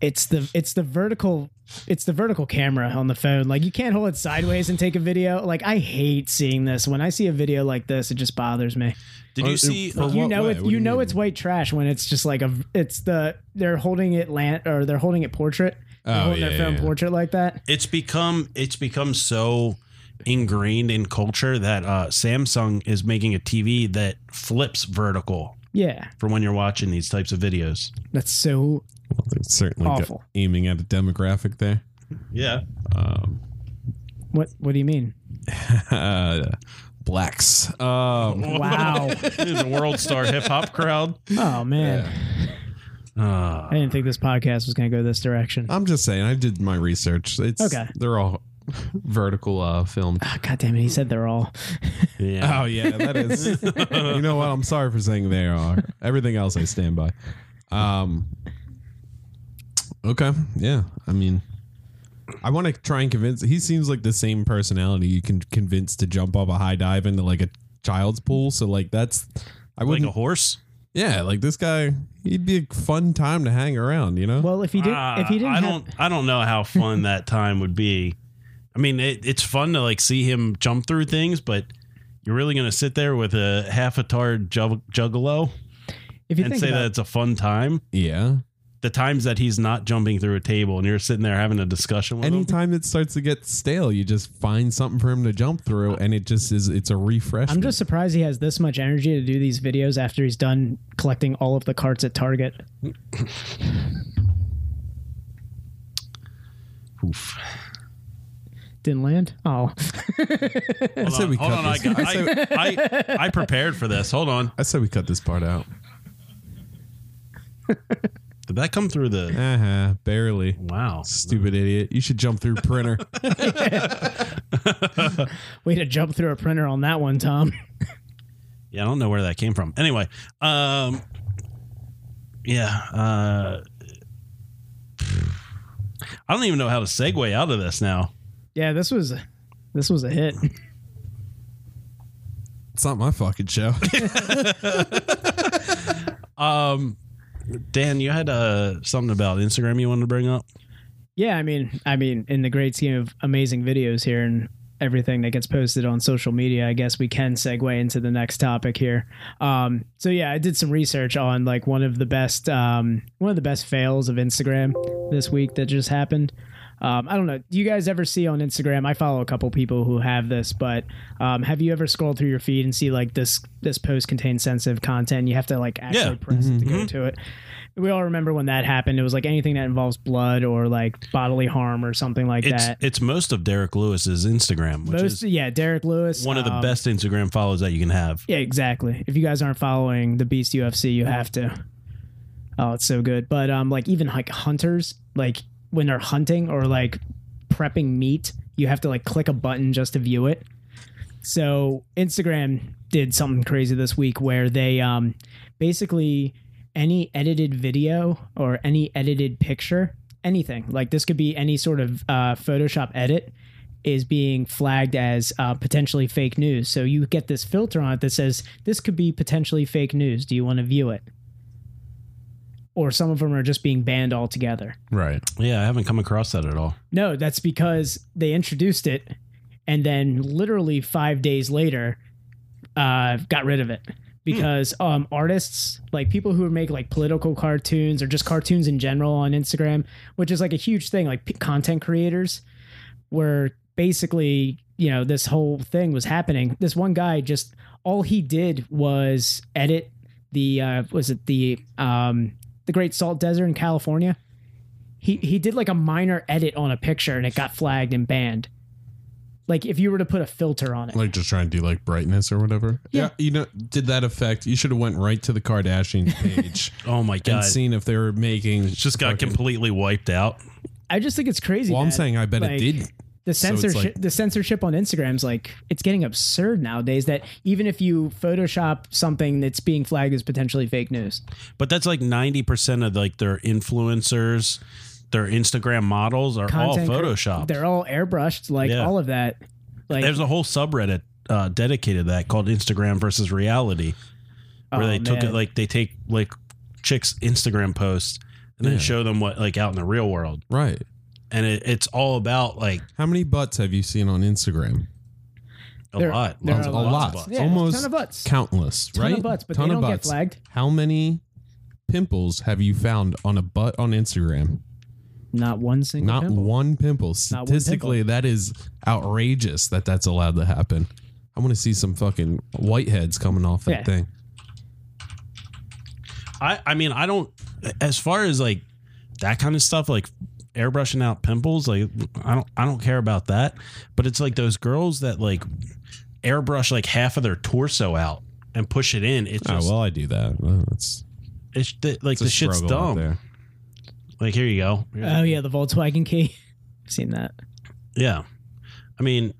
It's the it's the vertical it's the vertical camera on the phone. Like you can't hold it sideways and take a video. Like I hate seeing this. When I see a video like this, it just bothers me. Did Uh, you it- see? for you what know way? it's What you, do you know mean? it's white trash when it's just like a it's the they're holding it land or they're holding it portrait. They're Oh, holding yeah, their film yeah. portrait like that. it's become it's become so ingrained in culture that uh, Samsung is making a TV that flips vertical Yeah, for when you're watching these types of videos. that's so Well, they're certainly go- Awful. aiming at a demographic there. Yeah. Um, What What do you mean? Uh, blacks. Oh. Um, Wow. the world star hip hop crowd. oh man, Uh, I didn't think this podcast was going to go this direction. I'm just saying. I did my research. It's Okay. They're all vertical uh, film. Ah, God damn it! He said they're all. yeah. Oh yeah, that is. you know what? I'm sorry for saying they are. Everything else, I stand by. Um. Okay. Yeah. I mean, I want to try and convince. He seems like the same personality you can convince to jump off a high dive into like a child's pool. So like that's. I like wouldn't. a horse. yeah, like this guy, he'd be a fun time to hang around. You know. Well, if he did, Ah, if he didn't, I have, don't I don't know how fun that time would be. I mean, it, it's fun to like see him jump through things, but you're really going to sit there with a half a tarred jug- juggalo if you and think say about, that it's a fun time. yeah. The times that he's not jumping through a table and you're sitting there having a discussion with him. Anytime it starts to get stale, you just find something for him to jump through, and it just is. It's a refresh. I'm just surprised he has this much energy to do these videos after he's done collecting all of the carts at Target. Oof. Didn't land. Oh, Hold say on, we Uh, hold cut on. I, this. got, I, I, I prepared for this. Hold on. I said we cut this part out. Did that come through the? Uh huh. Barely. Wow. Stupid idiot. You should jump through printer. way to jump through a printer on that one, Tom. Yeah, I don't know where that came from. Anyway, um, yeah, uh, I don't even know how to segue out of this now. Yeah, this was this was a hit. it's not my fucking show. Um, Dan, you had uh, something about Instagram you wanted to bring up. Yeah, I mean, I mean, in the great scheme of amazing videos here and everything that gets posted on social media, I guess we can segue into the next topic here. Um, so yeah, I did some research on like one of the best, um, one of the best fails of Instagram this week that just happened. Um, I don't know. Do you guys ever see on Instagram? I follow a couple people who have this, but um, have you ever scrolled through your feed and see like this this post contains sensitive content? You have to like actually Yeah. press it to go to it we all remember when that happened. It was like anything that involves blood or like bodily harm or something like It's that. it's most of Derek Lewis's Instagram, which Most, is yeah, Derek Lewis. one of the um, best Instagram follows that you can have. Yeah, exactly. If you guys aren't following the Beast UFC, you have to. Oh, it's so good. But um, like even like hunters, like when they're hunting or like prepping meat, you have to like click a button just to view it. So Instagram did something crazy this week where they um basically any edited video or any edited picture, anything like this could be any sort of uh, Photoshop edit is being flagged as uh, potentially fake news. So you get this filter on it that says this could be potentially fake news. Do you want to view it? Or some of them are just being banned altogether. right. Yeah, I haven't come across that at all. No, that's because they introduced it and then literally five days later uh, got rid of it. Hmm. Because um, artists, like people who make like political cartoons or just cartoons in general on Instagram, which is like a huge thing, like p- content creators, were basically, you know, this whole thing was happening. This one guy just, all he did was edit the, uh, was it the, um, the Great Salt Desert in California? he he did like a minor edit on a picture and it got flagged and banned. Like if you were to put a filter on it. Like just trying to do like brightness or whatever. Yeah. You know, did that affect? You should have went right to the Kardashian page Oh my and god, it's seen if they were making. just got fucking- completely wiped out. I just think it's crazy. Well, I'm that, saying I bet like, it did. the so it's censorship like- the censorship on Instagram's like it's getting absurd nowadays that even if you Photoshop something that's being flagged as potentially fake news. But that's like ninety percent of like their influencers, their Instagram models are Content all cre- Photoshop. They're all airbrushed, like Yeah. all of that. Like There's a whole subreddit uh, dedicated to that called Instagram versus reality, where oh, they took it man. like they take like chicks' Instagram posts and then Yeah. show them what like out in the real world, Right. and it, it's all about like How many butts have you seen on Instagram? A There- lot. there Lots are of a lots lot. of butts. Yeah, Almost ton of butts. countless, Ton right? of butts, but they don't get flagged. How many pimples have you found on a butt on Instagram? Not one single. Not pimple. one pimple. Not one Statistically, that is outrageous that that's allowed to happen. I want to see some fucking whiteheads coming off that Yeah. thing. I, I mean, I don't, as far as like that kind of stuff, like airbrushing out pimples, like I don't, I don't care about that. But it's like those girls that like airbrush like half of their torso out and push it in. It's just, oh well, I do that. Well, it's, it's the, like it's a the shit's struggle out dumb. there. Like here you go. Here's- Oh yeah, the Volkswagen key. I've seen that. yeah. I mean,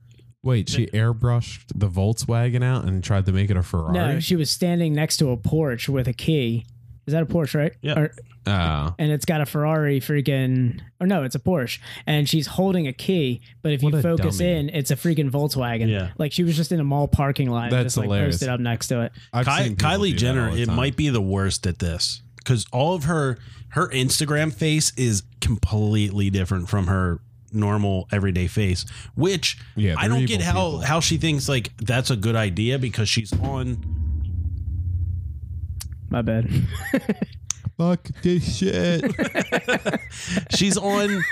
Wait, she airbrushed the Volkswagen out and tried to make it a Ferrari. No, she was standing next to a porch with a key. Is that a Porsche, right? Yeah. Or- Oh. and it's got a Ferrari freaking, or no, it's a Porsche, and she's holding a key. But if What you a focus dummy. in, it's a freaking Volkswagen. Yeah. Like she was just in a mall parking lot. That's and just, like, hilarious. Posted up next to it. I've Ky- seen people do Kylie that Jenner, all the it time. might be the worst at this because all of her her Instagram face is completely different from her normal everyday face, which Yeah, I they're don't get evil how people. how she thinks like that's a good idea because she's on. My bad. fuck this shit. She's on.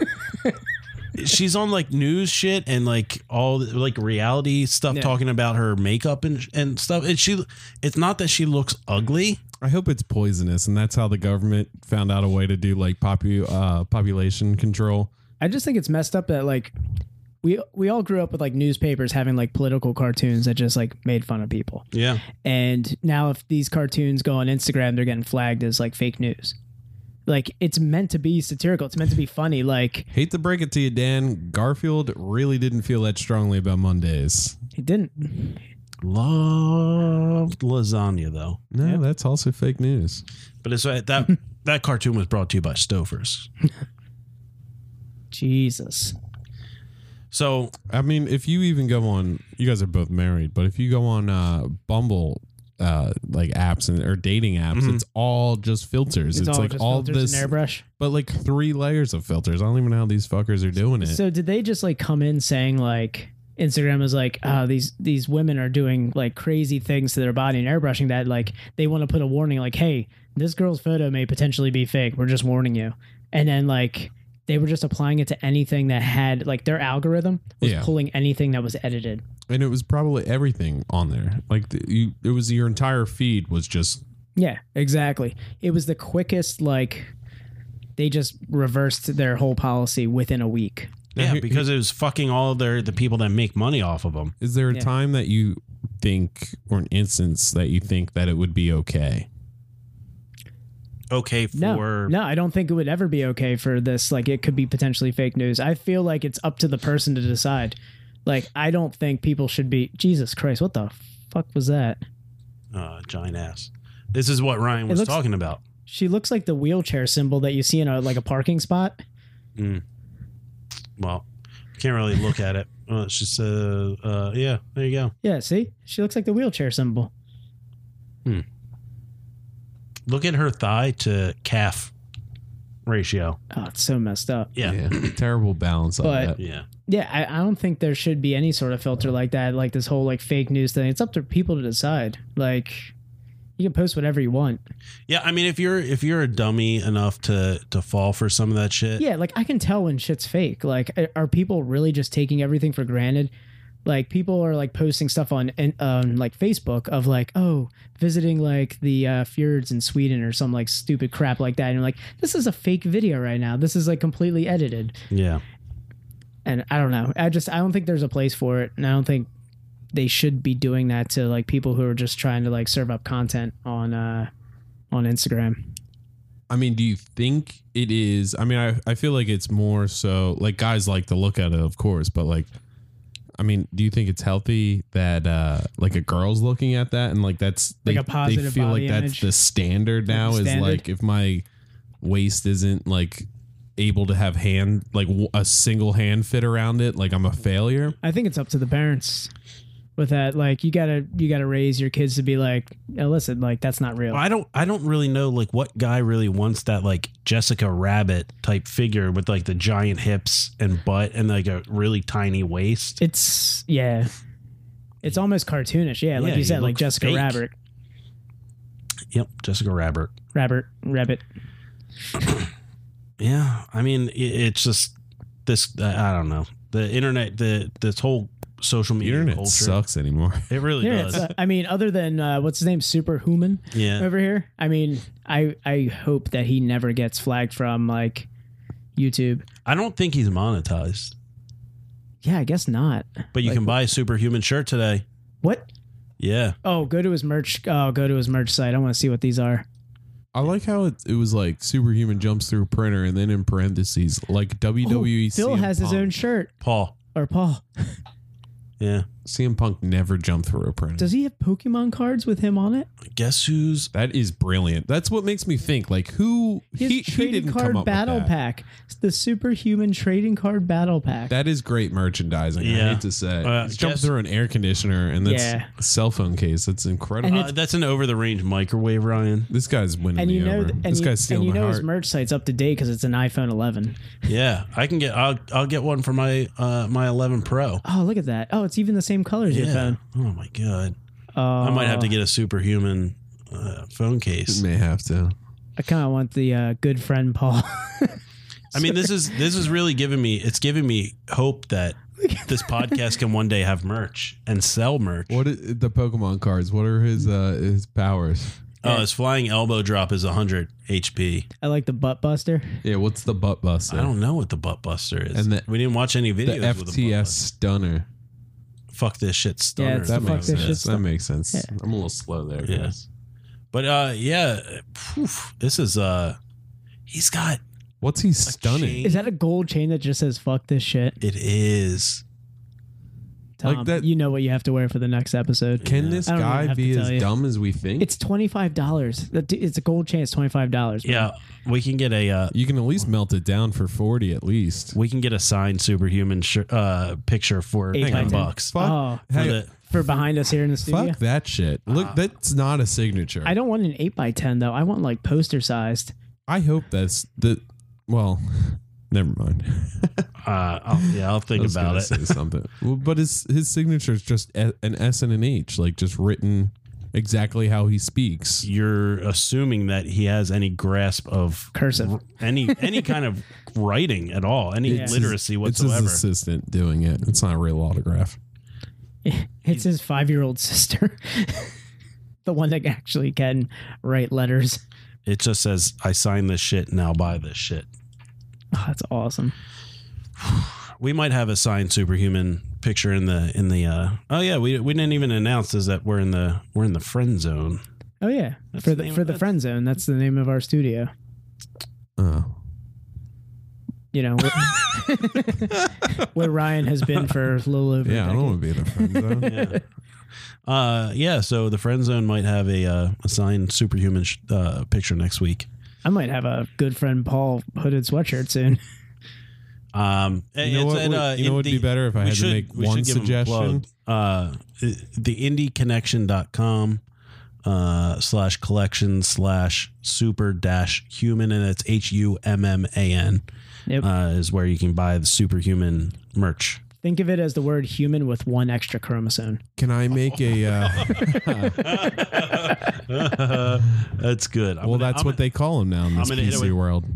She's on like news shit and like all the- like reality stuff Yeah. talking about her makeup and and stuff. And she, it's not that she looks ugly. I hope it's poisonous, and that's how the government found out a way to do like popu- uh, population control. I just think it's messed up that like we we all grew up with like newspapers having like political cartoons that just like made fun of people. Yeah, And now if these cartoons go on Instagram, they're getting flagged as like fake news. Like it's meant to be satirical. It's meant to be funny. Like Hate to break it to you, Dan. Garfield really didn't feel that strongly about Mondays. it didn't. loved lasagna though. No, that's also fake news. But it's uh, that that cartoon was brought to you by Stouffer's. Jesus. So I mean, if you even go on, you guys are both married, but if you go on uh, Bumble, uh, like apps and or dating apps, it's all just filters. It's, like Mm-hmm. just all filters this, and airbrush. but like three layers of filters. I don't even know how these fuckers are doing it. So did they just like come in saying like Instagram is like, oh, these these women are doing like crazy things to their body and airbrushing that like they want to put a warning like, hey, this girl's photo may potentially be fake. We're just warning you. And then like they were just applying it to anything that had like their algorithm was Yeah. pulling anything that was edited. and it was probably everything on there. Like the, you, it was your entire feed was just Yeah, exactly. It was the quickest like they just reversed their whole policy within a week. Now, yeah, here- because it was fucking all their the people that make money off of them. Is there a Yeah. time that you think, or an instance that you think that it would be okay? Okay, for No, no, I don't think it would ever be okay for this. Like, it could be potentially fake news. I feel like it's up to the person to decide. Like, I don't think people should be. Jesus Christ, what the fuck was that? uh, giant ass. This is what Ryan was looks- talking about. She looks like the wheelchair symbol that you see in a like a parking spot. Well, can't really look at it. Well, it's just uh, uh, yeah. There you go. Yeah, see, she looks like the wheelchair symbol. Look at her thigh to calf ratio. Oh, it's so messed up. Yeah, yeah. terrible balance on But- that. Yeah, I, I don't think there should be any sort of filter like that. Like this whole like fake news thing. It's up to people to decide. Like, you can post whatever you want. Yeah, I mean, if you're if you're a dummy enough to to fall for some of that shit, Yeah, like I can tell when shit's fake. Like, a- are people really just taking everything for granted? Like, people are like posting stuff on and, um like Facebook of like, oh, visiting like the uh, fjords in Sweden or some like stupid crap like that, and you're like, this is a fake video right now. This is like completely edited, yeah. and I don't know. I just I don't think there's a place for it, and I don't think they should be doing that to like people who are just trying to like serve up content on uh on Instagram. I mean, do you think it is? I mean, I, I feel like it's more so like guys like to look at it, of course, but like, I mean, do you think it's healthy that uh like a girl's looking at that and like that's Like a positive They feel body like that's image? the standard now the is standard? like if my waist isn't like able to have hand like w- a single hand fit around it, like I'm a failure. I think it's up to the parents with that. Like you gotta you gotta raise your kids to be like, "Oh, listen, like that's not real. Well, I don't I don't really know like what guy really wants that like Jessica Rabbit type figure with like the giant hips and butt and like a really tiny waist. It's yeah. It's almost cartoonish. Yeah, like Yeah, you he said, like looks Jessica fake. Rabbit, Yep, Jessica Rabbit. Rabbit, Rabbit. Yeah, I mean, i it's just this. I I don't know. The internet, the this whole social The media internet culture. sucks anymore. It really Yeah, does. it's, uh, I mean, other than uh, what's his name, Superhuman yeah, over here. I mean, I I hope that he never gets flagged from like YouTube. I don't think he's monetized, Yeah, I guess not. but you Like can buy a superhuman shirt today. What? Yeah, Oh, go to his merch. Oh, go to his merch site. I want to see what these are. I like how it, it was like superhuman jumps through printer and then in parentheses like E WWE. Oh, Phil CM has his Punk. own shirt. Paul. Or Paul. Yeah, CM Punk never jumped through a printer. Does he have Pokemon cards with him on it? guess who's? that is brilliant. That's what makes me think. Like who He has he, he trading didn't card come up battle with that. pack. It's the superhuman trading card battle pack. That is great merchandising. I Yeah. hate to say. Uh, He's jumped guess- through an air conditioner and that's Yeah. a cell phone case. That's incredible. And Uh, that's an over the range microwave, Ryan. this guy's winning and me you know, over. th- and this you, guy's and stealing you my know his heart. merch site's up to date because it's an iPhone 11. Yeah, I can get. I'll I'll get one for my uh my 11 Pro. Oh, look at that! Oh, it's even the same color as your Yeah. phone. Oh my god. Oh, I might have to get a superhuman uh, phone You case. may have to. I kind of want the uh, good friend Paul. I mean, this is this is really giving me. It's giving me hope that this podcast can one day have merch and sell merch. What is, the Pokemon cards? What are his uh, his powers? Oh, his flying elbow drop is 100 HP. I like the butt buster. Yeah, what's the butt buster? I don't know what the butt buster is. And the- we didn't watch any the videos. with a butt FTS buster. stunner. Fuck this shit stunner. Yeah, it's That the fuck makes this sense. shit that stuff. makes sense. Yeah. I'm a little slow there. Yeah. guys. But uh, yeah, phew, this is uh, he's got What's he a stunning? chain- Is that a gold chain that just says "fuck this shit"? It is. Tom, Like that- you know what you have to wear for the next episode. Can this I don't even guy have to be tell as you. dumb as we think? It's twenty five dollars. It's a gold chain. It's twenty five dollars. Yeah, we can get a uh, you can at least melt it down for forty at least. we can get a signed superhuman sh- uh picture for Eight by ten ten. bucks. Fuck. Oh. For Hey, the- for behind us here in the studio. fuck that shit. Look, that's not a signature. I don't want an eight by ten though. I want like poster sized. I hope that's the. Well, never mind. uh, I'll, yeah, I'll I think was about gonna it. Say something. Well, but his his signature is just a, an S and an H, like just written exactly how he speaks. You're assuming that he has any grasp of Cursive. r- any any kind of writing at all, any It's his- literacy It's his whatsoever. assistant doing it. It's not a real autograph. It's his five year old sister, the one that actually can write letters. It just says, "I sign this shit now. Buy this shit." Oh, that's awesome. We might have a signed superhuman picture in the in the. uh Oh yeah, we we didn't even announce is that we're in the we're in the friend zone. Oh yeah, That's for the the, name for of the it. friend zone. That's the name of our studio. Oh, You know, where, where Ryan has been for a little over. yeah. a I don't decade. want to be in a friend zone. Yeah. Uh yeah, so the friend zone might have a uh, a signed superhuman sh- uh, picture next week. I might have a good friend Paul hooded sweatshirt soon. Um, You know it's what at, would- uh, you know what'd be Indie- better if I we had to should- make we one should give 'em a suggestion? plug. Uh, the indieconnection.com uh, slash collection slash super dash human, and it's H U M M A N Yep. uh, is where you can buy the superhuman merch. Think of it as the word human with one extra chromosome. Can I make a? Uh, that's good. I'm well, gonna- that's I'm what they call him now in this gonna hit it PC with- world. gonna-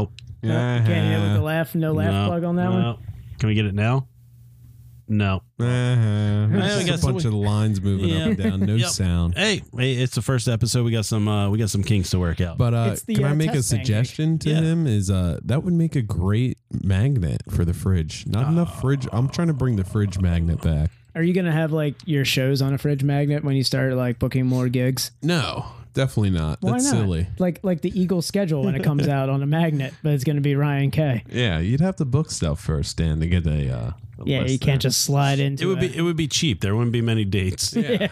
Nope. Can't hit it with the laugh. No laugh No, plug on no. that one. Can we get it now? No. Uh-huh. I Just guess a bunch we- of lines moving Yeah. up and down, no Yep. sound. Hey, hey, it's the first episode. We got some uh, we got some kinks to work out. But uh, It's the, can I uh, make a test thing, Nick. suggestion to Yeah. him? Is uh, that would make a great magnet for the fridge. Not enough fridge. I'm trying to bring the fridge magnet back. Are you gonna have like your shows on a fridge magnet when you start like booking more gigs? No, definitely not. Why That's not? silly. Like like the Eagle schedule when it comes out on a magnet, but it's gonna be Ryan K. Yeah, you'd have to book stuff first, Dan, to get a. Uh, a Yeah, list you can't just slide into it would be it would be cheap. There wouldn't be many dates. there. Yeah.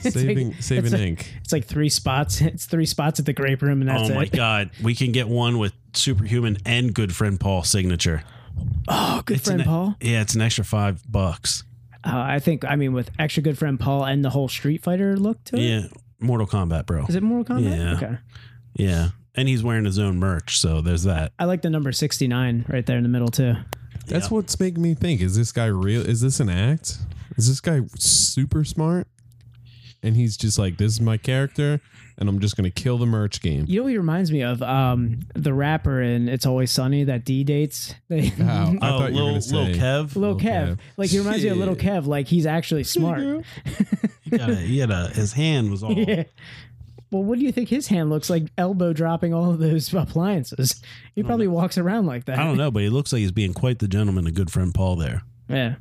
saving saving ink. It's like three spots. It's three spots at the grape room, and that's oh my it. god, we can get one with superhuman and good friend Paul signature. Oh, good It's friend an- Paul. Yeah, it's an extra five bucks. Uh, I think. I mean, with extra good friend Paul and the whole Street Fighter look to it. Is Yeah, Mortal Kombat, bro. it Mortal Kombat? Yeah. Okay. Yeah, and he's wearing his own merch, so there's that. I like the number sixty nine right there in the middle too. That's Yep. what's making me think: Is this guy real? Is this an act? Is this guy super smart? And he's just like, "This is my character, and I'm just gonna kill the merch game." You know what he reminds me of? Um, the rapper in It's Always Sunny that D dates. They Wow, I Oh, thought you were little gonna little say- Kev. Lil Kev. Kev. Like he reminds me of Little Shit. Kev. Like he's actually smart. He, got a, he had a his hand was all. yeah. Well, what do you think his hand looks like? Elbow dropping all of those appliances. He probably walks around like that. I don't know, but he looks like he's being quite the gentleman. A good friend Paul there. Yeah.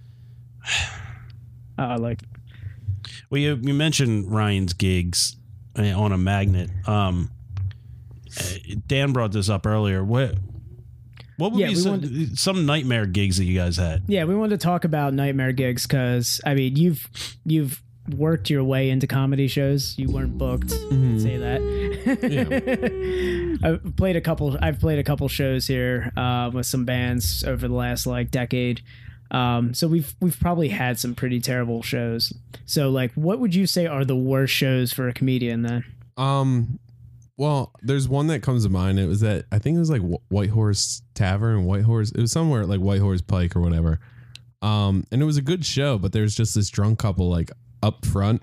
I like. Well, you, you mentioned Ryan's gigs eh, on a magnet. Um, eh, Dan brought this up earlier. What what would Yeah, be we some, some nightmare gigs that you guys had? Yeah, we wanted to talk about nightmare gigs because I mean you've you've worked your way into comedy shows. You weren't booked. I'd Say that. I've played a couple. I've played a couple shows here uh, with some bands over the last like decade. Um, so we've we've probably had some pretty terrible shows. So like, what would you say are the worst shows for a comedian? Then Um, well, there's one that comes to mind. It was that I think it was like Wh- White Horse Tavern, White Horse. It was somewhere at, like White Horse Pike or whatever. Um, and it was a good show, but there's just this drunk couple like up front,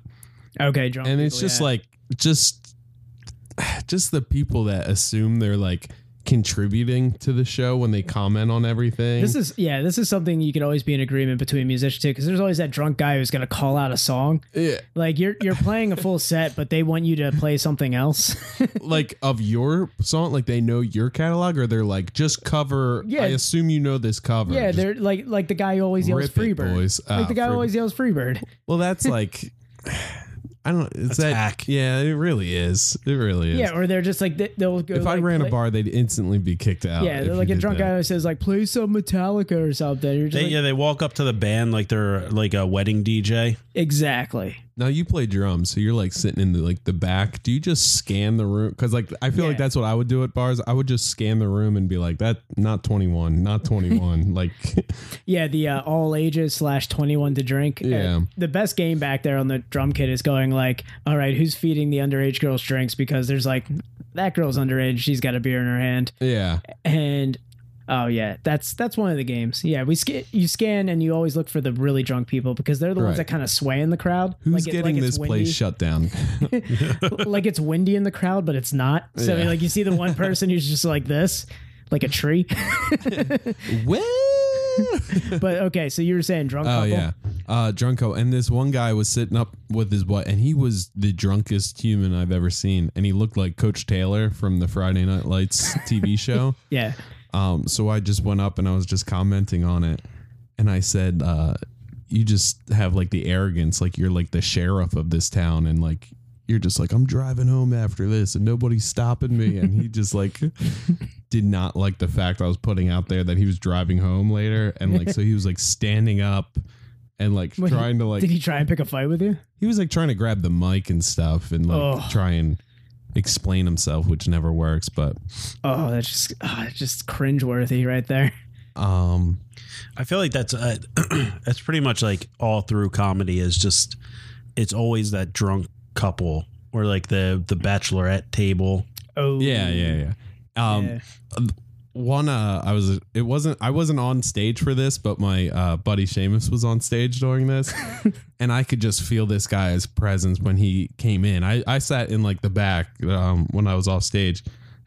okay, drunk and it's people, just yeah. like just just the people that assume they're like contributing to the show when they comment on everything. This is yeah. This is something you could always be in agreement between musicians too, because there's always that drunk guy who's gonna call out a song. Yeah, Like you're you're playing a full set, but they want you to play something else. like of your song, like they know your catalog, or they're like just cover. Yeah. I assume you know this cover. yeah, Just they're like like the guy who always yells rip it, Freebird. boys. Like Ah, the guy who Freebird. always yells Freebird. Well, that's like I don't. It's That's that. hack. Yeah, it really is. It really is. Yeah, or they're just like they, they'll go. if I like, ran play- a bar, they'd instantly be kicked out. yeah, if they're you like a did drunk guy that. who says like play some Metallica or something. You're just They, like, yeah, they walk up to the band like they're like a wedding DJ. exactly. Now you play drums, so you're like sitting in the, like the back. Do you just scan the room? Because like I feel Yeah. like that's what I would do at bars. I would just scan the room and be like, "That not 21, not 21." like, Yeah, the uh, all ages slash twenty one to drink. Uh, Yeah. the best game back there on the drum kit is going like, all right, who's feeding the underage girls drinks? Because there's like that girl's underage, she's got a beer in her hand, yeah, and oh yeah, that's that's one of the games. Yeah, we scan, you scan, and you always look for the really drunk people because they're the ones that Right. kind of sway in the crowd. who's Like it- getting like it's this place shut down? windy- like it's windy in the crowd, but it's not. So Yeah. like you see the one person who's just like this, like a tree. Well. but okay, so you were saying drunk Oh couple. yeah, uh, drunko. And this one guy was sitting up with his what, and he was the drunkest human I've ever seen, and he looked like Coach Taylor from the Friday Night Lights TV show. Yeah. Um, so I just went up and I was just commenting on it, and I said, uh, "You just have like the arrogance, like you're like the sheriff of this town, and like." You're just like I'm driving home after this, and nobody's stopping me. And he just like did not like the fact I was putting out there that he was driving home later, and like so he was like standing up and like Wait, trying to like Did he, he try and pick a fight with you? was like trying to grab the mic and stuff and like Ugh. try and explain himself, which never works. But Oh, that's just oh, it's just cringeworthy right there. um, I feel like that's uh, that's pretty much like all through comedy is just it's always that drunk couple or like the the bachelorette table. Oh yeah, yeah, yeah. Um, Yeah. one uh i was it wasn't i wasn't on stage for this but my uh buddy Seamus was on stage during this and i could just feel this guy's presence when he came in i i sat in like the back um when i was off stage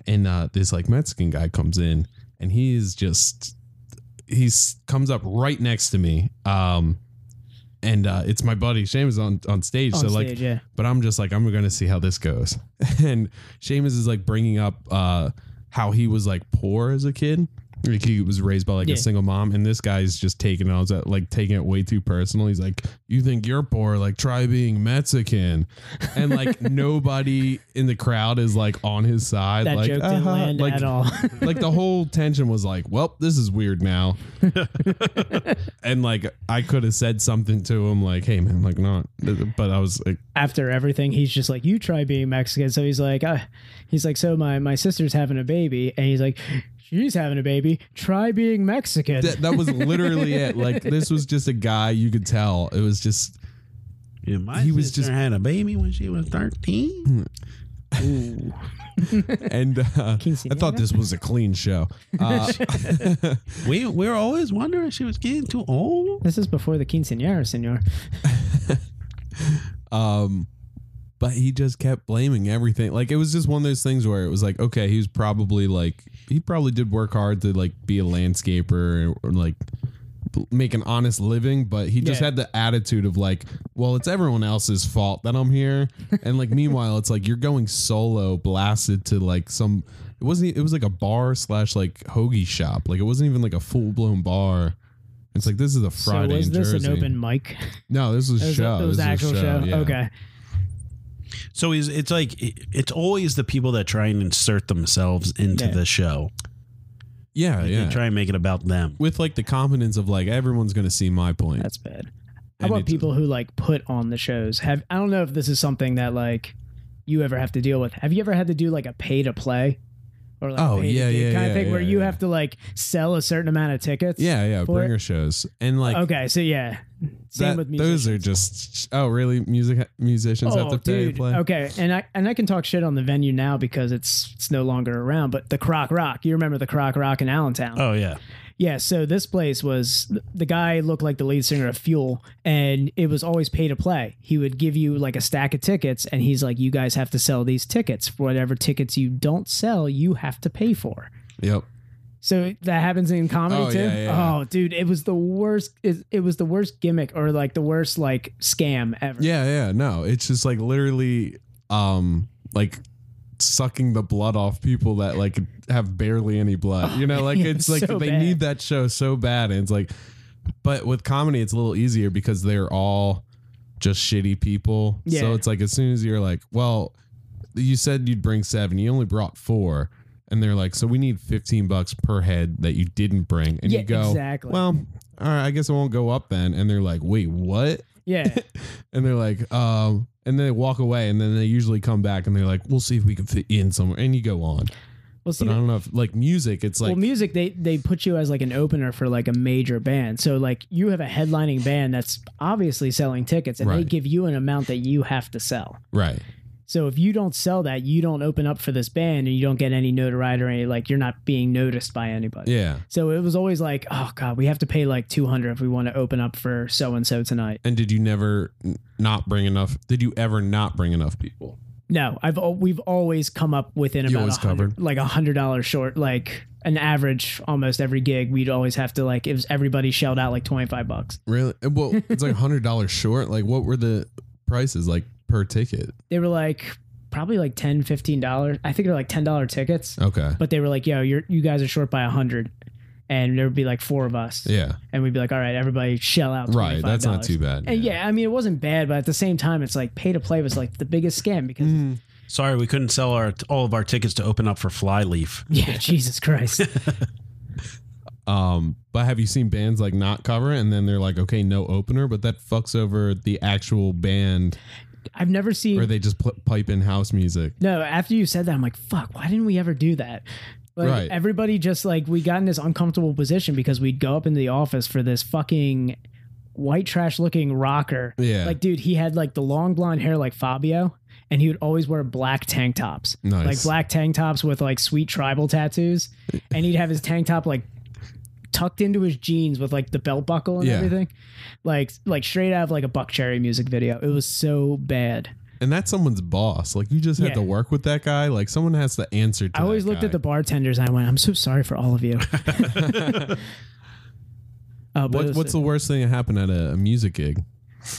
and uh this like mexican guy comes in and he's just he's comes up right next to me um and uh it's my buddy Seamus on on stage On so stage, like yeah. but I'm just like, I'm gonna see how this goes. And Seamus is like bringing up uh, how he was like poor as a kid. Like he was raised by like Yeah. a single mom, and this guy's just taking it. I was at, like taking it way too personal. He's like, "You think you're poor? Like try being Mexican," and like nobody in the crowd is like on his side. That like, joke didn't "Uh-huh." land like, at all. like the whole tension was like, well, this is weird now. and like I could have said something to him like, hey man, like not, but I was like, After everything, he's just like, "You try being Mexican." So he's like, uh, "He's like, so my my sister's having a baby," and he's like, "She's having a baby. Try being Mexican." that, that was literally it. Like this was just a guy you could tell. It was just Yeah, my He was sister just- had a baby when she was thirteen. and uh, I thought this was a clean show. Uh, We we were always wondering if she was getting too old. This is before the quinceanera, senor. um, but he just kept blaming everything. Like it was just one of those things where it was like, okay, he was probably like he probably did work hard to like be a landscaper or, or like b- make an honest living, but he just Yeah. had the attitude of like, well, it's everyone else's fault that I'm here, and like meanwhile, it's like you're going solo, blasted to like some. It wasn't. e, It was like a bar slash like hoagie shop. Like it wasn't even like a full blown bar. It's like this is a Friday. so was in this Jersey. an open mic? No, this was, It was, show. it was This the actual show. yeah. Okay. So he's, it's like it- it's always the people that try and insert themselves into Yeah. the show. Yeah, Like, yeah. They try and make it about them. With like the confidence of like everyone's going to see my point. That's bad. How And about it's- people who like put on the shows? Have I don't know if this is something that like you ever have to deal with. Have you ever had to do like a pay to play? Or like Oh, pay to yeah, gig yeah, kind yeah, of thing where yeah, you yeah. have to like sell a certain amount of tickets. yeah, yeah, for it? bringer shows. And like Okay, so yeah. Same that, with music. Oh, those are just Oh, really? Music musicians have to pay to play. Okay, and I and I can talk shit on the venue now because it's it's no longer around. But the Croc Rock, you remember the Croc Rock in Allentown? Oh yeah, Yeah. So this place was th- the guy looked like the lead singer of Fuel, and it was always pay to play. He would give you like a stack of tickets, and he's like, "You guys have to sell these tickets. Whatever tickets you don't sell, you have to pay for." Yep. So that happens in comedy Oh, too. yeah, yeah. Oh, dude, it was the worst. It, it was the worst gimmick or like the worst like scam ever. Yeah, yeah. No, it's just like literally um like sucking the blood off people that like have barely any blood. You know, like yeah, it's like so they bad. need that show so bad and it's like but with comedy it's a little easier because they're all just shitty people. So Yeah. it's like as soon as you're like, well, you said you'd bring 7, you only brought 4. And they're like, so we need 15 bucks per head that you didn't bring. And Yeah, you go, exactly. well, all right, I guess it won't go up then. And they're like, wait, what? yeah. and they're like, um, and then they walk away, and then they usually come back, and they're like, we'll see if we can fit you in somewhere, and you go on. Well, see, But I don't know if like music, it's like well, music they they put you as like an opener for like a major band. So like you have a headlining band that's obviously selling tickets, and they Right. give you an amount that you have to sell. right, So if you don't sell that, you don't open up for this band, and you don't get any notoriety. or any- Like you're not being noticed by anybody. yeah. So it was always like, oh god, we have to pay like two hundred if we want to open up for so and so tonight. And did you never n- not bring enough? Did you ever not bring enough people? No, I've al- we've always come up within You about always 100 covered. like a hundred dollars short, like an average almost every gig. We'd always have to like it was everybody shelled out like twenty five bucks. Really? Well, it's like hundred dollars short. Like, what were the prices like per ticket? They were like probably like 10 15 dollars. I think they're like ten dollar tickets, Okay, but they were like, "Yo, you're you guys are short by a hundred, and there would be like four of us, yeah, and we'd be like, "All right, everybody shell out." $25. right. That's not too bad. And yeah, I mean, it wasn't bad, but at the same time, it's like pay to play was like the biggest scam because Mm. sorry we couldn't sell our all of our tickets to open up for Flyleaf. yeah, Jesus Christ. Um, but have you seen bands like not cover it, and then they're like, okay, no opener, but that fucks over the actual band, I've never seen or they just pl- pipe in house music. No, after you said that, I'm like, fuck, why didn't we ever do that? Like Right. everybody just like we got in this uncomfortable position because we'd go up into the office for this fucking white trash looking rocker. Yeah. Like, dude, he had like the long blonde hair like Fabio, and he would always wear black tank tops. Nice. Like black tank tops with like sweet tribal tattoos. and he'd have his tank top like tucked into his jeans with like the belt buckle and Yeah. everything. Like like straight out of like a Buck Cherry music video. It was so bad. And that's someone's boss. Like you just had Yeah. to work with that guy. Like someone has to answer to I always that looked guy. at the bartenders and I went, I'm so sorry for all of you. Uh, but it what, was what's the worst thing that happened at a, a music gig?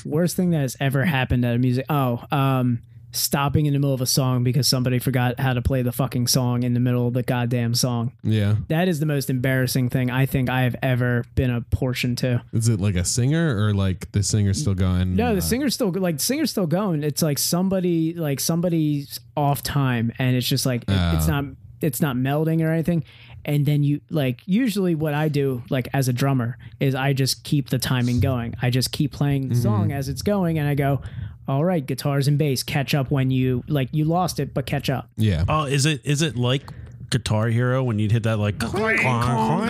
worst thing that has ever happened at a music? Oh, um, stopping in the middle of a song because somebody forgot how to play the fucking song in the middle of the goddamn song. Yeah. That is the most embarrassing thing I think I have ever been a portion to. Is it like a singer or like the singer's still going? No, uh, the singer's still like the singer's still going. It's like somebody like somebody's off time, and it's just like it- it's Oh. not it's not melding or anything. And then you like usually what I do like as a drummer is I just keep the timing going. I just keep playing the song as it's going, and I go, all right, guitars and bass catch up when you like you lost it, but catch up. Yeah. Oh, is it is it like Guitar Hero when you'd hit that like Yeah,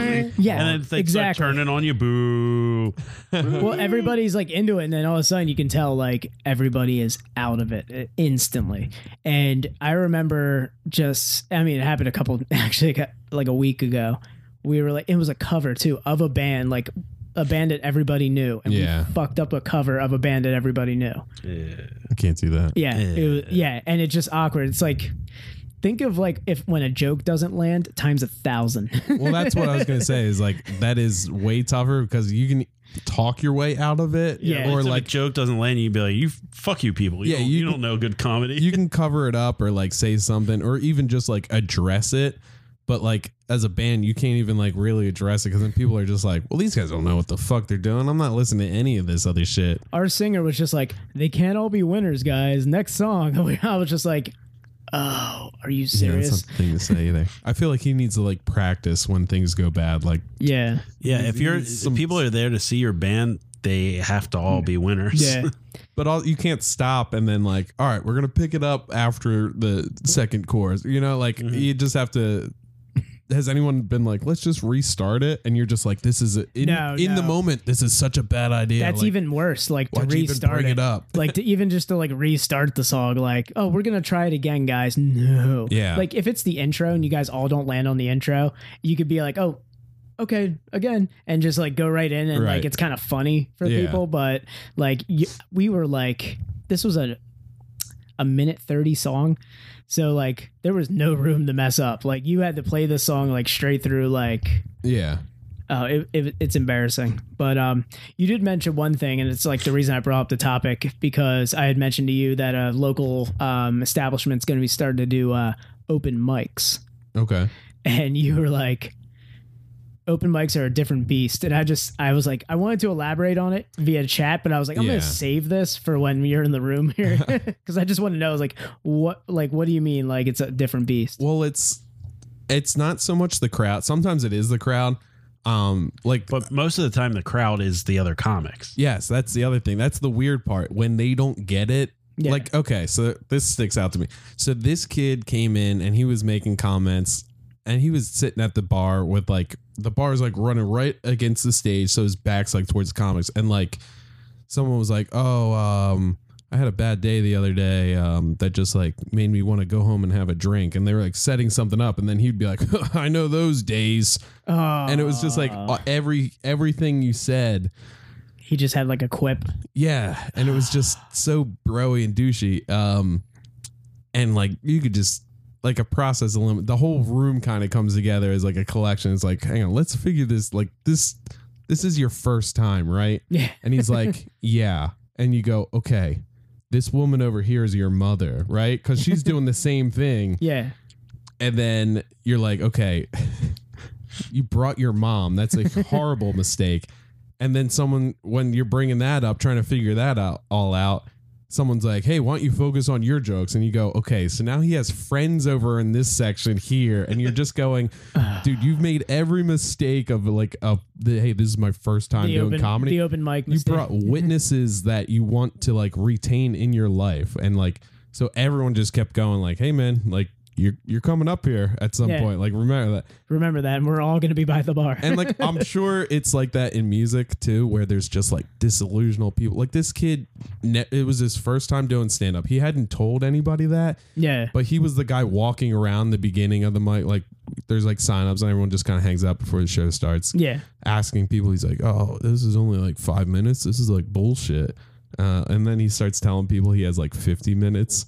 and then things exactly. start turning on you. Boo! well, everybody's like into it, and then all of a sudden you can tell like everybody is out of it uh, instantly. And I remember just, I mean, it happened a couple actually got- like a week ago. We were like, it was a cover too of a band, like a band that everybody knew, and Yeah. we fucked up a cover of a band that everybody knew. I can't do that. Yeah, it was, yeah, and it's just awkward. It's like. Think of like if when a joke doesn't land times a thousand. Well, that's what I was gonna say. Is like that is way tougher because you can talk your way out of it, Yeah. or Or like like joke doesn't land, you'd be like, "You fuck you people. You Yeah, don't, you you can- don't know good comedy." you can cover it up or like say something or even just like address it. But like as a band, you can't even like really address it because then people are just like, "Well, these guys don't know what the fuck they're doing. I'm not listening to any of this other shit." our singer was just like, "They can't all be winners, guys." Next song, I was just like, "Oh, are you Yeah, that's serious?" not the thing to say either. I feel like he needs to like practice when things go bad. Like, Yeah, yeah, if you're It's some- if people are there to see your band, they have to all be winners. yeah, but all you can't stop and then like, all right, we're gonna pick it up after the second chorus. You know, like Mm-hmm. you just have to. Has anyone been like, let's just restart it? And you're just like, this is a, in, No, in the no. moment, this is such a bad idea. that's Like, even worse. Like to why'd you even restart bring it, it up? like to even just to like restart the song. Like, oh, we're gonna try it again, guys. No, Yeah. Like if it's the intro and you guys all don't land on the intro, you could be like, oh. Okay, again, and just like go right in, and Right. like it's kind of funny for Yeah. people, but like y- we were like, this was a a minute 30 song. So like there was no room to mess up. Like you had to play this song like straight through like yeah. oh it, it, it's embarrassing. But um you did mention one thing and it's like the reason I brought up the topic because I had mentioned to you that a local um establishment's going to be starting to do uh open mics Okay. and you were like open mics are a different beast and i just i was like i wanted to elaborate on it via chat but i was like i'm Yeah. gonna save this for when you're in the room here because i just want to know I was like what like what do you mean like it's a different beast Well, it's it's not so much the crowd. Sometimes it is the crowd. Um, like But most of the time, the crowd is the other comics. Yes, that's the other thing. That's the weird part when they don't get it. Yeah. Like, okay, so this sticks out to me. So this kid came in and he was making comments and he was sitting at the bar with like the bar is like running right against the stage, so his back's like towards the comics and like someone was like, "Oh, um I had a bad day the other day um, that just like made me want to go home and have a drink. And they were like setting something up, and then he'd be like, "I know those days." Oh, and it was just like uh, every everything you said he just had like a quip yeah, and it was just so broy and douchey. Um, and like you could just like a process of limit. The whole room kind of comes together as like a collection. It's like, hang on, let's figure this. Like this, this is your first time, right? yeah And he's like, yeah. And you go, okay, this woman over here is your mother, right? Because she's doing the same thing. yeah And then you're like, okay, you brought your mom. That's a horrible mistake. And then someone, when you're bringing that up, trying to figure that out all out, someone's like, hey, why don't you focus on your jokes? And you go, okay, so now he has friends over in this section here. And you're just going, dude, you've made every mistake of like, a, the, hey, this is my first time the doing open comedy the open mic you mistake. brought witnesses that you want to like retain in your life and like so everyone just kept going like hey man like you're you're coming up here at some Yeah. point like remember that remember that and we're all gonna be by the bar and like i'm sure it's like that in music too where there's just like disillusional people like this kid ne- it was his first time doing stand up he hadn't told anybody that yeah but he was the guy walking around the beginning of the mic like there's like sign-ups and everyone just kind of hangs out before the show starts yeah asking people. He's like, "Oh, this is only like five minutes. This is like bullshit." Uh, and then he starts telling people he has like 50 minutes,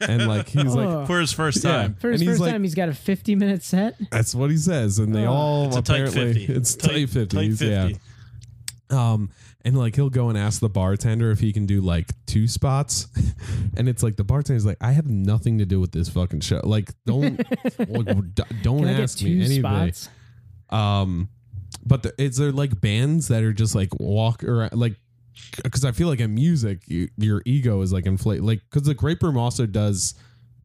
and like he's like, Oh. For his first Yeah. time, for his and he's first like- time he's got a 50 minute set "That's what he says," and they Oh. all it's a tight apparently fifty. it's tight 50s, tight yeah. Um, and like he'll go and ask the bartender if he can do like two spots, and it's like the bartender's like, "I have nothing to do with this fucking show. Like, don't like, d- don't can i get ask two me anything." spots Um, but the, is there like bands that are just like walk around like? Because I feel like in music, you, your ego is like inflate. Like because the Grape Room also does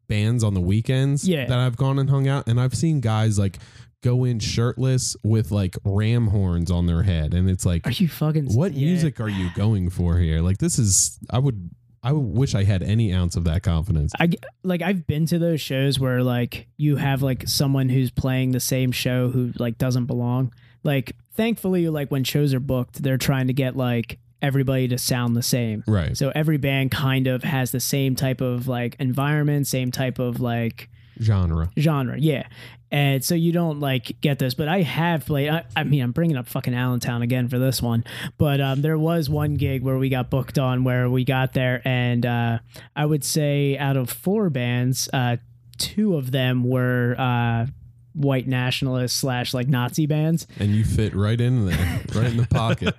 bands on the weekends. Yeah. that I've gone and hung out, and I've seen guys like go in shirtless with like ram horns on their head, and it's like, are you fucking what yeah. music are you going for here? Like this is I would I wish I had any ounce of that confidence. I g- like I've been to those shows where like you have like someone who's playing the same show who like doesn't belong. Like thankfully like when shows are booked, they're trying to get like everybody to sound the same. Right. So every band kind of has the same type of like environment, same type of like Genre. genre. Yeah. And so you don't like get this, but I have played. I, I mean, I'm bringing up fucking Allentown again for this one, but um, there was one gig where we got booked on where we got there, and uh, I would say out of four bands, uh, two of them were uh, white nationalist slash like Nazi bands. And you fit right in there, right in the pocket.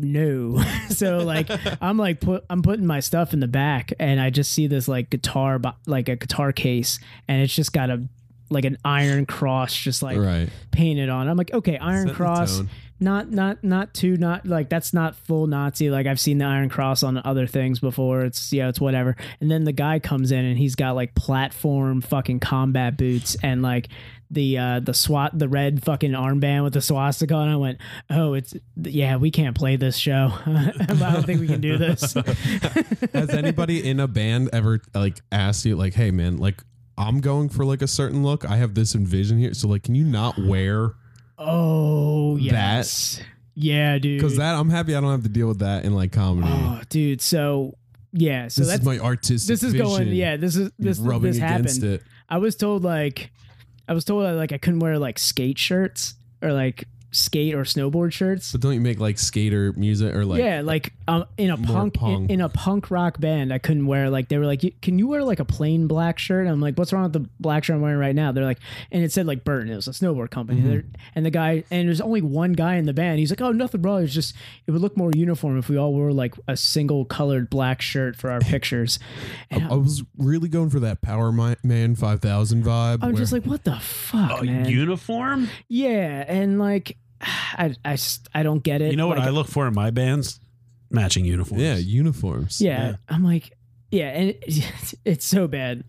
no. so like I'm like put I'm putting my stuff in the back and I just see this like guitar bo- like a guitar case and it's just got a like an iron cross just like right. painted on. I'm like, okay, Iron Set the Cross, tone. not not not too not like that's not full Nazi. Like I've seen the Iron Cross on other things before. It's yeah, it's whatever. And then the guy comes in and he's got like platform fucking combat boots and like the uh the SWAT the red fucking armband with the swastika and I went, Oh, it's yeah, we can't play this show. I don't think we can do this. Has anybody in a band ever like asked you like, "Hey man, like I'm going for like a certain look. I have this envision here. So like, can you not wear oh yes. Yeah, dude. cuz that I'm happy I don't have to deal with that in like comedy. Oh dude, so yeah, so this that's is my artistic this is going vision. yeah this is You're this rubbing this against happened it. i was told like i was told like i couldn't wear like skate shirts or like skate or snowboard shirts But don't you make like skater music or like yeah like um in a more punk, punk. In, in a punk rock band i couldn't wear like they were like "You- can you wear like a plain black shirt i'm like what's wrong with the black shirt i'm wearing right now they're like and it said like burton it was a snowboard company Mm-hmm. They're- and the guy and there's only one guy in the band he's like oh nothing bro it's just it would look more uniform if we all wore like a single colored black shirt for our pictures and I was really going for that Power Mi- Man 5000 vibe. I'm where- Oh, just like, what the fuck, A man? uniform? yeah, and like, I, I, just- I don't get it. You know what Like, I look for in my bands? Matching uniforms. yeah, uniforms. Yeah, yeah. I'm like, yeah, and it, it's so bad.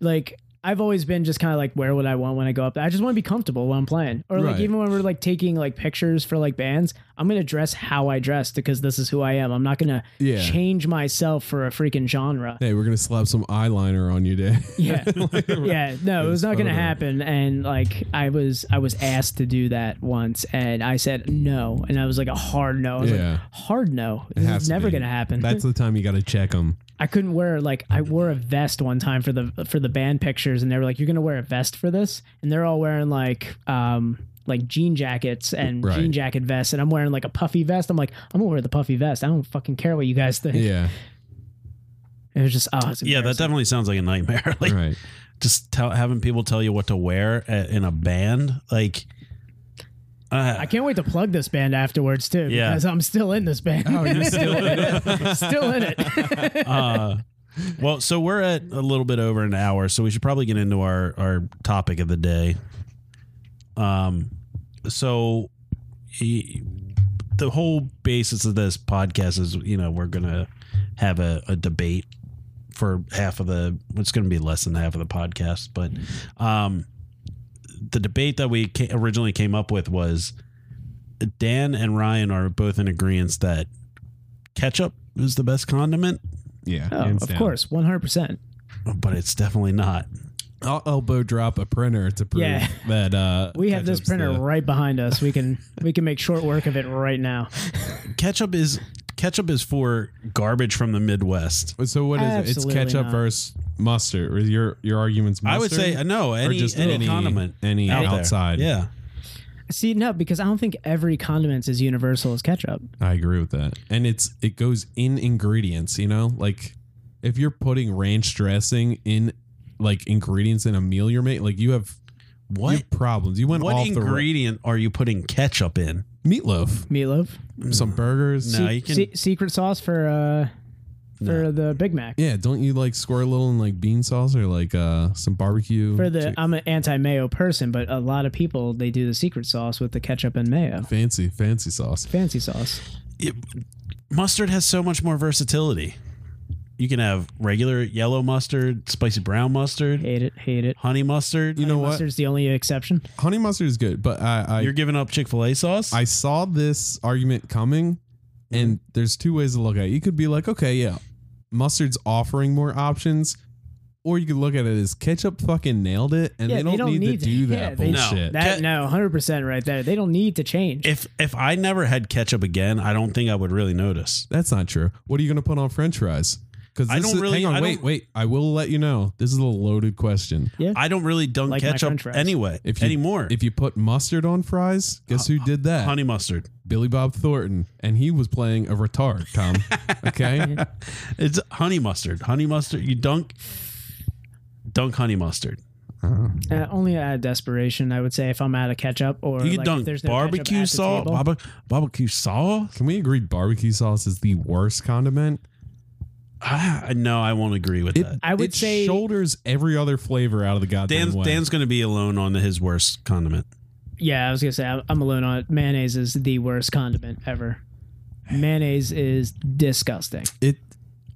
Like, I've always been just kind of like, where would I want when I go up? there? I just want to be comfortable when I'm playing, or like Right. even when we're like taking like pictures for like bands, I'm gonna dress how I dress because this is who I am. I'm not gonna Yeah. change myself for a freaking genre. Hey, we're going to slap some eyeliner on you, Dave. Yeah. yeah no it was not gonna photo. happen and like i was i was asked to do that once and i said no and i was like a hard no I was Yeah. like, hard no It this has is to never be. gonna happen That's the time you got to check them. i couldn't wear like i wore a vest one time for the for the band pictures and they were like you're gonna wear a vest for this and they're all wearing like um like jean jackets and Right. jean jacket vests and i'm wearing like a puffy vest i'm like i'm gonna wear the puffy vest i don't fucking care what you guys think Yeah, it was just oh it's Yeah, that embarrassing. definitely sounds like a nightmare. like right. just tell, having people tell you what to wear a- in a band, like I uh, can't wait to plug this band afterwards too. Yeah. because I'm still in this band. Oh, you're still in it. still in it. uh, well, so we're at a little bit over an hour, so we should probably get into our our topic of the day. Um, so y- the whole basis of this podcast is, you know, we're gonna have a, a debate for half of the. It's gonna be less than half of the podcast, but um, the debate that we ca- originally came up with was Dan and Ryan are both in agreement that ketchup is the best condiment Yeah, oh, hands of down. course, 100. percent but it's definitely not. I'll elbow drop a printer to prove Yeah. that. Uh, We have this ketchup's printer the- right behind us. We can we can make short work of it right now. Ketchup is ketchup is for garbage from the Midwest. So what is Absolutely it? It's ketchup not. versus mustard. Or your your arguments? Mustard? I would say uh, no, or any, just any, any condiment, any out there. outside. Yeah, See, no, because I don't think every condiment is universal as ketchup. I agree with that. And it's it goes in ingredients. You know, like if you're putting ranch dressing in like ingredients in a meal you're making, like you have What- you have problems. You went what off ingredient are you putting ketchup in? the ra- meatloaf, Meatloaf, some burgers. No, you can. Se- secret sauce for uh for the Big Mac. Yeah, don't you like squirt a little in like bean sauce or like uh some barbecue? For the I'm an anti mayo person, but a lot of people they do the secret sauce with the ketchup and mayo. fancy fancy sauce. Fancy sauce. it- mustard has so much more versatility. You can have regular yellow mustard, spicy brown mustard, Hate it. Hate it. honey mustard. You know what? Mustard's the only exception. Honey mustard is good, but I You're giving up Chick Fil A sauce. I, I saw this argument coming, and there's two ways to look at it. You could be like, okay, yeah, mustard's offering more options. Or you could look at it as ketchup fucking nailed it, and Yeah, they, don't need, to do yeah, that they- No. bullshit. That Ca- no, hundred percent right there. They don't need to change. If if I never had ketchup again, I don't think I would really notice. That's not true. What are you going to put on French fries? Because I don't really- Hang on, I wait, don't- wait. I will let you know. This is a loaded question. I don't really dunk Like my french ketchup fries. anyway If you, anymore. if you put mustard on fries, guess who did that? honey mustard, Billy Bob Thornton, and he was playing a retard. Tom, okay, it's honey mustard, honey mustard. You dunk, dunk honey mustard. Uh, only out of desperation, I would say. If I'm out of ketchup or You like, if dunk there's no ketchup at barbecue the sauce, table- barbe- barbecue sauce. can we agree? Barbecue sauce is the worst condiment. Ah, no, I won't agree with It, that. I would it say- shoulders every other flavor out of the goddamn Dan's way. Dan's going to be alone on the, his worst condiment. Yeah, I was gonna say I'm- I'm alone on it. Mayonnaise is the worst condiment ever. Mayonnaise is disgusting. it.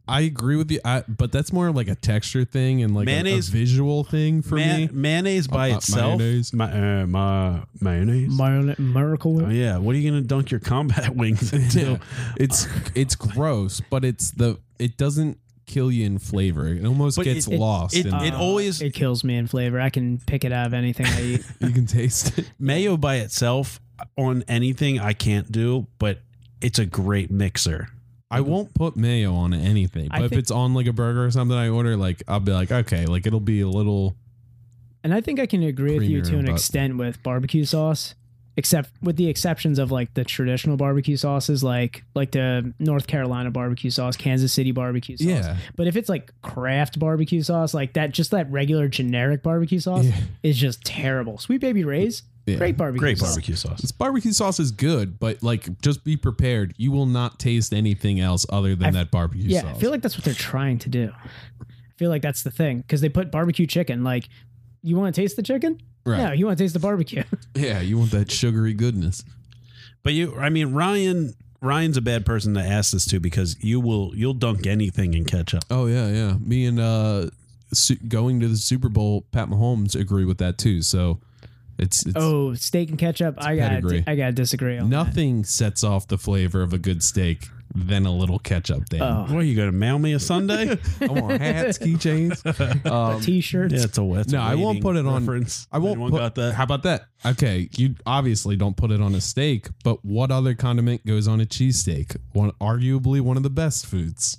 I agree with you, I, but that's more like a texture thing and like a- Mayonnaise- a, visual thing for Ma- me. mayonnaise by Uh, uh, itself, mayonnaise. My, uh, my mayonnaise. Mayon- miracle. oh yeah, what are you going to dunk your combat wings into? Yeah. It's it's gross, but it's the it doesn't kill you in flavor. It almost But gets it- it- lost. it- in it- always- uh, it kills me in flavor. I can pick it out of anything I eat. you can taste it. Mayo by itself on anything I can't do, but it's a great mixer. I won't put mayo on anything, I but if think- it's on like a burger or something I order, like I'll be like, okay, like it'll be a little. And I think I can agree with you Creamier, to an but- extent with barbecue sauce, except with the exceptions of like the traditional barbecue sauces, like like the North Carolina barbecue sauce, Kansas City barbecue sauce. Yeah. But if it's like craft barbecue sauce, like that, just that regular generic barbecue sauce Yeah. is just terrible. Sweet Baby Ray's, Yeah. great barbecue. Great sauce. barbecue sauce. This barbecue sauce is good, but like just be prepared. You will not taste anything else other than I- that barbecue Yeah, sauce. I feel like that's what they're trying to do. I feel like that's the thing because they put barbecue chicken. Like, you want to taste the chicken? Right. No, you want to taste the barbecue. yeah, you want that sugary goodness. But you, I mean, Ryan. Ryan's a bad person to ask this to because you will you'll dunk anything in ketchup. Oh yeah, yeah. Me and uh su- going to the Super Bowl, Pat Mahomes agree with that too. So it's it's oh, steak and ketchup. I got. pedigree. to I got to disagree on that. nothing sets off the flavor of a good steak than a little ketchup. Dan. Oh. What are you going to mail me a Sunday? I want hats, keychains. Um, T-shirts. yeah, it's a that's a No, I won't waiting put it on- Reference. I won't Anyone put got that. How about that? Okay, you obviously don't put it on a steak, but what other condiment goes on a cheesesteak? One arguably one of the best foods.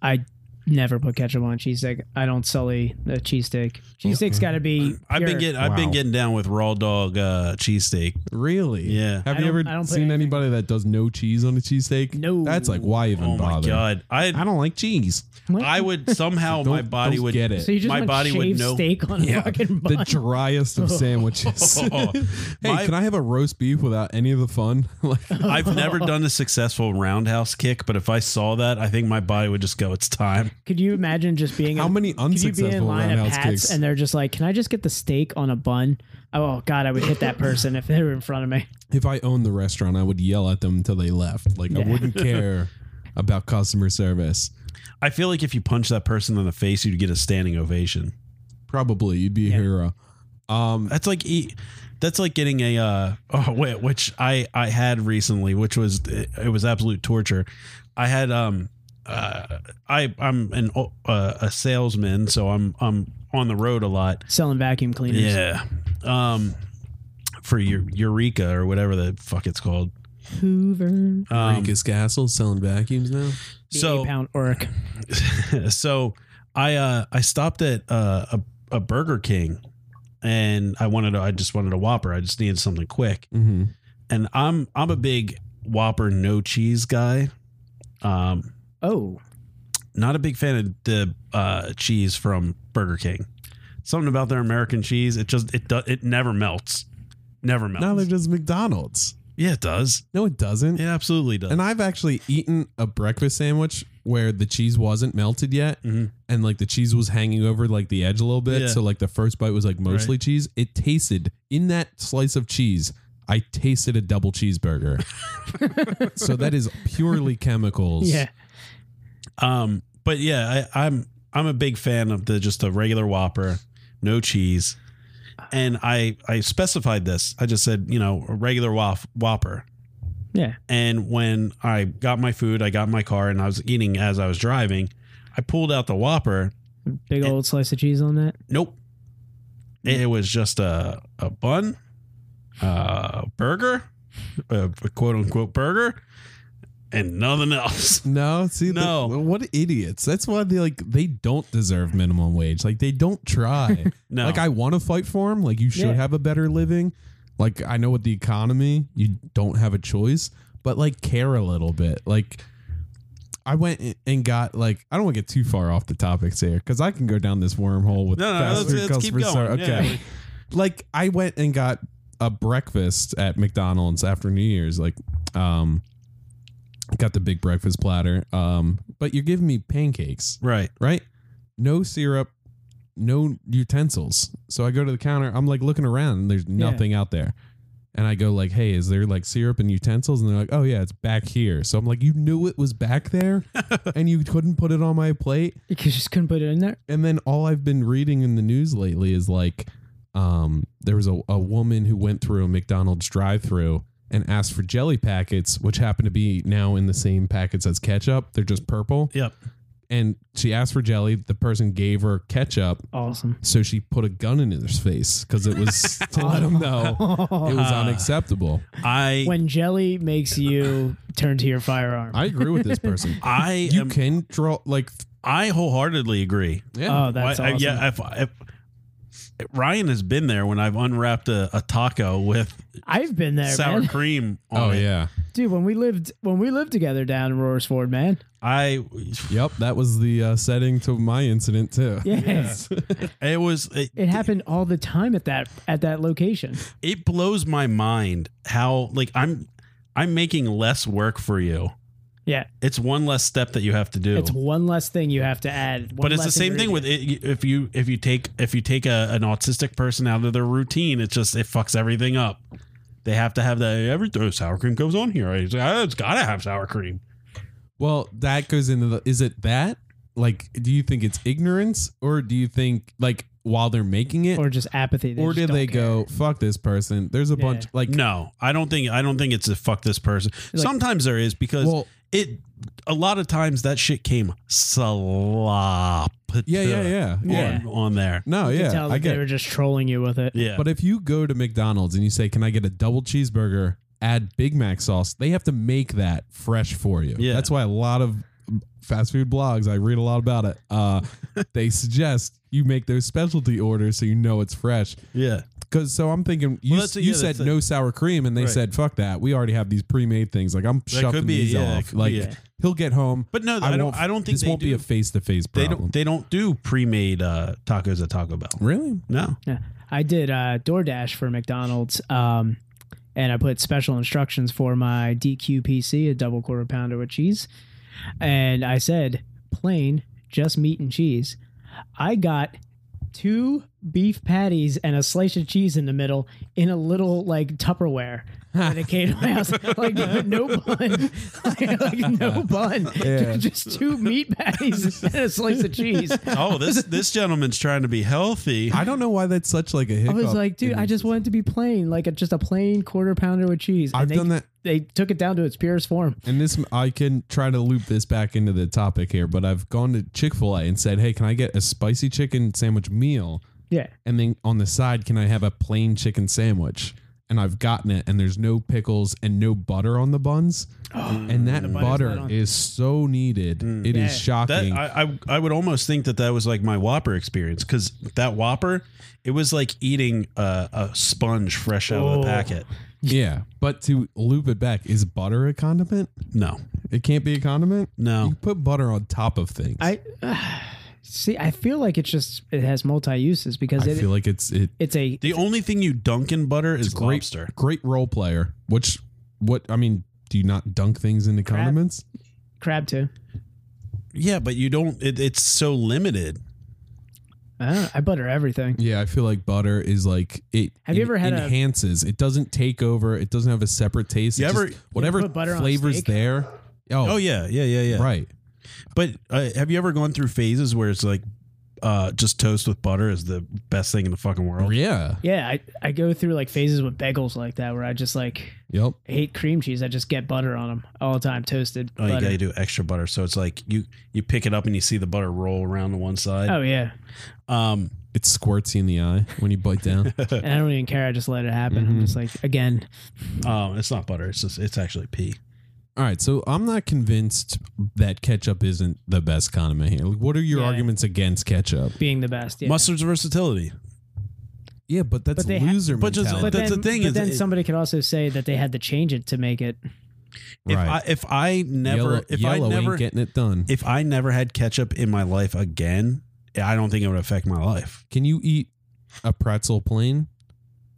I never put ketchup on a cheesesteak. I don't sully a cheesesteak. Cheesesteak's got to be. I've been pure. getting I've been Wow. getting down with raw dog uh, cheesesteak. Really? Yeah. Have I you don't- ever I don't put seen anything- anybody that does no cheese on a cheesesteak? No. That's like why even Oh my bother? god! I I don't like cheese. What? I would somehow Don't- my body don't would get it. So you just my want body would shaved know. steak on Yeah, a fucking The bun. driest Oh. of sandwiches. hey, Oh. My- can I have a roast beef without any of the fun? like, I've never done a successful roundhouse kick, but if I saw that, I think my body would just go, "It's time." could you imagine just being? How in- many Could you be in unsuccessful line at roundhouse Pat's kicks? and they're just like, "Can I just get the steak on a bun?" Oh God, I would hit that person if they were in front of me. if I owned the restaurant, I would yell at them until they left. Like I Yeah. wouldn't care about customer service. I feel like if you punch that person in the face, you'd get a standing ovation. Probably you'd be a Yeah. hero. Um, That's like e- that's like getting a uh, oh wait, which I I had recently, which was it was absolute torture. I had um uh, I I'm an uh, a salesman, so I'm I'm on the road a lot, Selling vacuum cleaners. Yeah. Um, for your Eureka or whatever the fuck it's called. Hoover. Um, Eureka's Castle selling vacuums now. The So- eight-pound orc. so I uh, I stopped at uh, a a Burger King, and I wanted a, I just wanted a Whopper. I just needed something quick, Mm-hmm. and I'm I'm a big Whopper no cheese guy. Um, Oh, not a big fan of the uh, cheese from Burger King. Something about their American cheese, it just it do, it never melts, never melts. Now they're just McDonald's. yeah, it does. No, it doesn't. It absolutely does. And I've actually eaten a breakfast sandwich where the cheese wasn't melted yet, Mhm. and like the cheese was hanging over like the edge a little bit. Yeah. So like the first bite was like mostly cheese. It tasted in that slice of cheese. I tasted a double cheeseburger. so that is purely chemicals. yeah. Um, but yeah, I, I'm I'm a big fan of the just the regular Whopper, no cheese, and I I specified this. I just said you know a regular whop, Whopper. Yeah. And when I got my food, I got in my car, and I was eating as I was driving. I pulled out the Whopper. Big old slice of cheese on that. Nope. It it was just a, a bun, uh, burger, a quote unquote burger, and nothing else. No, see, the- No. what idiots? That's why they like they don't deserve minimum wage. Like they don't try. No. Like I want to fight for them. Like you should Yeah. have a better living. Like I know with the economy, you don't have a choice, but like care a little bit. Like I went i- and got like I don't want to get too far off the topics here because I can go down this wormhole with No, no, fast let's- food let's keep customer ser- going. Yeah. Okay, like I went and got a breakfast at McDonald's after New Year's. Like, um, got the big breakfast platter. Um, but you're giving me pancakes, right. right? No syrup, no utensils. So I go to the counter. I'm like looking around, and there's nothing out there. And I go like, "Hey, is there like syrup and utensils?" And they're like, "Oh yeah, it's back here." So I'm like, "You knew it was back there, and you couldn't put it on my plate." You just couldn't put it in there. and then all I've been reading in the news lately is like um there was a, a woman who went through a McDonald's drive through and asked for jelly packets, which happen to be now in the same packets as ketchup. They're just purple. Yep. And she asked for jelly. The person gave her ketchup. Awesome. So she put a gun in his face because it was to let him know it was unacceptable. I when jelly makes you turn to your firearm. I agree with this person. I You am, can draw like I wholeheartedly agree. yeah. oh, that's Why- I- awesome. yeah. If, if- Ryan has been there when I've unwrapped a, a taco with I've been there, sour man. cream. On Oh it. yeah. dude. When we lived when we lived together down in Roarsford, man. I Yep. That was the uh, setting to my incident too. Yes, it was it, it happened all the time at that at that location. it blows my mind how like I'm I'm making less work for you. Yeah, It's one less step that you have to do. it's one less thing you have to add. one but it's the less same thing with ingredient. it, if you if you take if you take a, an autistic person out of their routine, it just it fucks everything up. They have to have that every oh, sour cream goes on here. It's, ah, it's gotta have sour cream. Well, that goes into the is it that? Like do you think it's ignorance or do you think like while they're making it or, or just apathy. They just did don't they care. go fuck this person? There's a bunch Yeah. like No, I don't think I don't think it's a fuck this person. Like- Sometimes there is because well it a lot of times that shit came slop yeah, yeah, yeah. on, Yeah. Yeah. on there. No, You could yeah. tell I that get. they were It. just trolling you with it. Yeah. But if you go to McDonald's and you say, "Can I get a double cheeseburger, add Big Mac sauce?" They have to make that fresh for you. Yeah. That's why a lot of fast food blogs, I read a lot about it. Uh, they suggest you make those specialty orders so you know it's fresh. yeah. Because so I'm thinking you, Well, that's a- you yeah, said that's a- no sour cream and they Right. said fuck that we already have these pre-made things like I'm shoving could be- these yeah, it off could be, like yeah. he'll get home But no, I, I don't won't- I don't think this they won't do. be a face-to-face they problem don't they don't do pre-made uh, tacos at Taco Bell. really No. Yeah. I did uh, DoorDash for McDonald's, um, and I put special instructions for my DQPC, a double quarter pounder with cheese, and I said plain, just meat and cheese. I got two beef patties and a slice of cheese in the middle in a little like Tupperware. that it came to my house like no bun, like, no bun, Yeah. just two meat patties and a slice of cheese. Oh, this this gentleman's trying to be healthy. I don't know why that's such like a hiccup I was like, dude, in- I just want it to be plain, like a, just a plain quarter pounder with cheese. And I've they, done that They took it down to its purest form. and this I can try to loop this back into the topic here but I've gone to Chick-fil-A and said hey can I get a spicy chicken sandwich meal Yeah. and then on the side can I have a plain chicken sandwich and I've gotten it and there's no pickles and no butter on the buns and that butter on. is so needed It is Yeah. shocking That I, I I would almost think that that was like my Whopper experience because that Whopper, it was like eating a, a sponge fresh out of Oh. the packet. Yeah, but to loop it back, is butter a condiment? No, It can't be a condiment. no, You put butter on top of things. I see. I feel like it's just it has multi uses because I it, feel like it's it it's a The only thing you dunk in butter is great lobster. great role player. Which what I mean, do you not dunk things into Crab. condiments? crab too. Yeah, but you don't. It, it's so limited. I, don't know, I butter everything. Yeah, I feel like butter is like it. Have you en- ever had a- enhances? it doesn't take over. It doesn't have a separate taste. You It ever- just- whatever put butter on flavors steak? there? Oh, Oh yeah, yeah, yeah, yeah. right. But uh, have you ever gone through phases where it's like uh, just toast with butter is the best thing in the fucking world. Yeah. Yeah, I, I go through like phases with bagels like that where I just like Yep. hate cream cheese. I just get butter on them all the time, toasted. Oh, you butter. gotta do extra butter. So it's like you you pick it up and you see the butter roll around to one side. oh yeah, Um, It squirts you in the eye when you bite down. and I don't even care. I just let it happen. Mm-hmm. I'm just like again. um, it's not butter. It's just it's actually pea. All right, so I'm not convinced that ketchup isn't the best condiment here. Like, what are your Yeah. arguments against ketchup? being the best. Yeah. Mustard's versatility. Yeah, but that's But they ha- loser but just- mentality. But That's then, the thing but is then it- somebody could also say that they had to change it to make it. Right. If I if I never Yellow- if yellow I never ain't getting it done. if I never had ketchup in my life again, I don't think it would affect my life. can you eat a pretzel plain?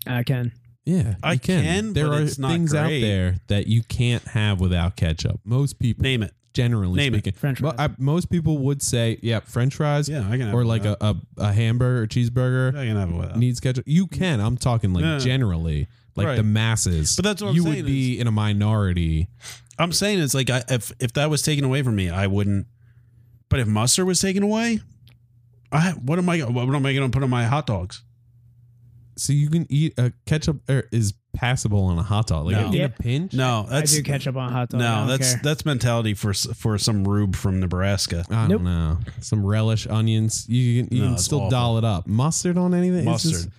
I can. Yeah, I you can, There but are it's not things out great. there that you can't have without ketchup. Most people, Name it. generally name it. speaking, French Well, I, most people would say, "Yeah, French fries." Yeah, I can. Have or it like a, without. a, a hamburger or cheeseburger. I can have it without. needs ketchup. You can. I'm talking like Yeah. generally, like Right. the masses. But that's what I'm you saying would be in a minority. I'm saying it's like I, if if that was taken away from me, I wouldn't. But if mustard was taken away, I what am I what am I going to put on my hot dogs? So you can eat a ketchup er, is passable on a hot dog, like No. in Yeah. a pinch. No, that's I do ketchup on hot dog. I no, don't that's care. that's mentality for s- for some rube from Nebraska. I Nope. don't know. Some relish, onions. You can you No, can it's still awful. doll it up. Mustard on anything. It's just- Mustard.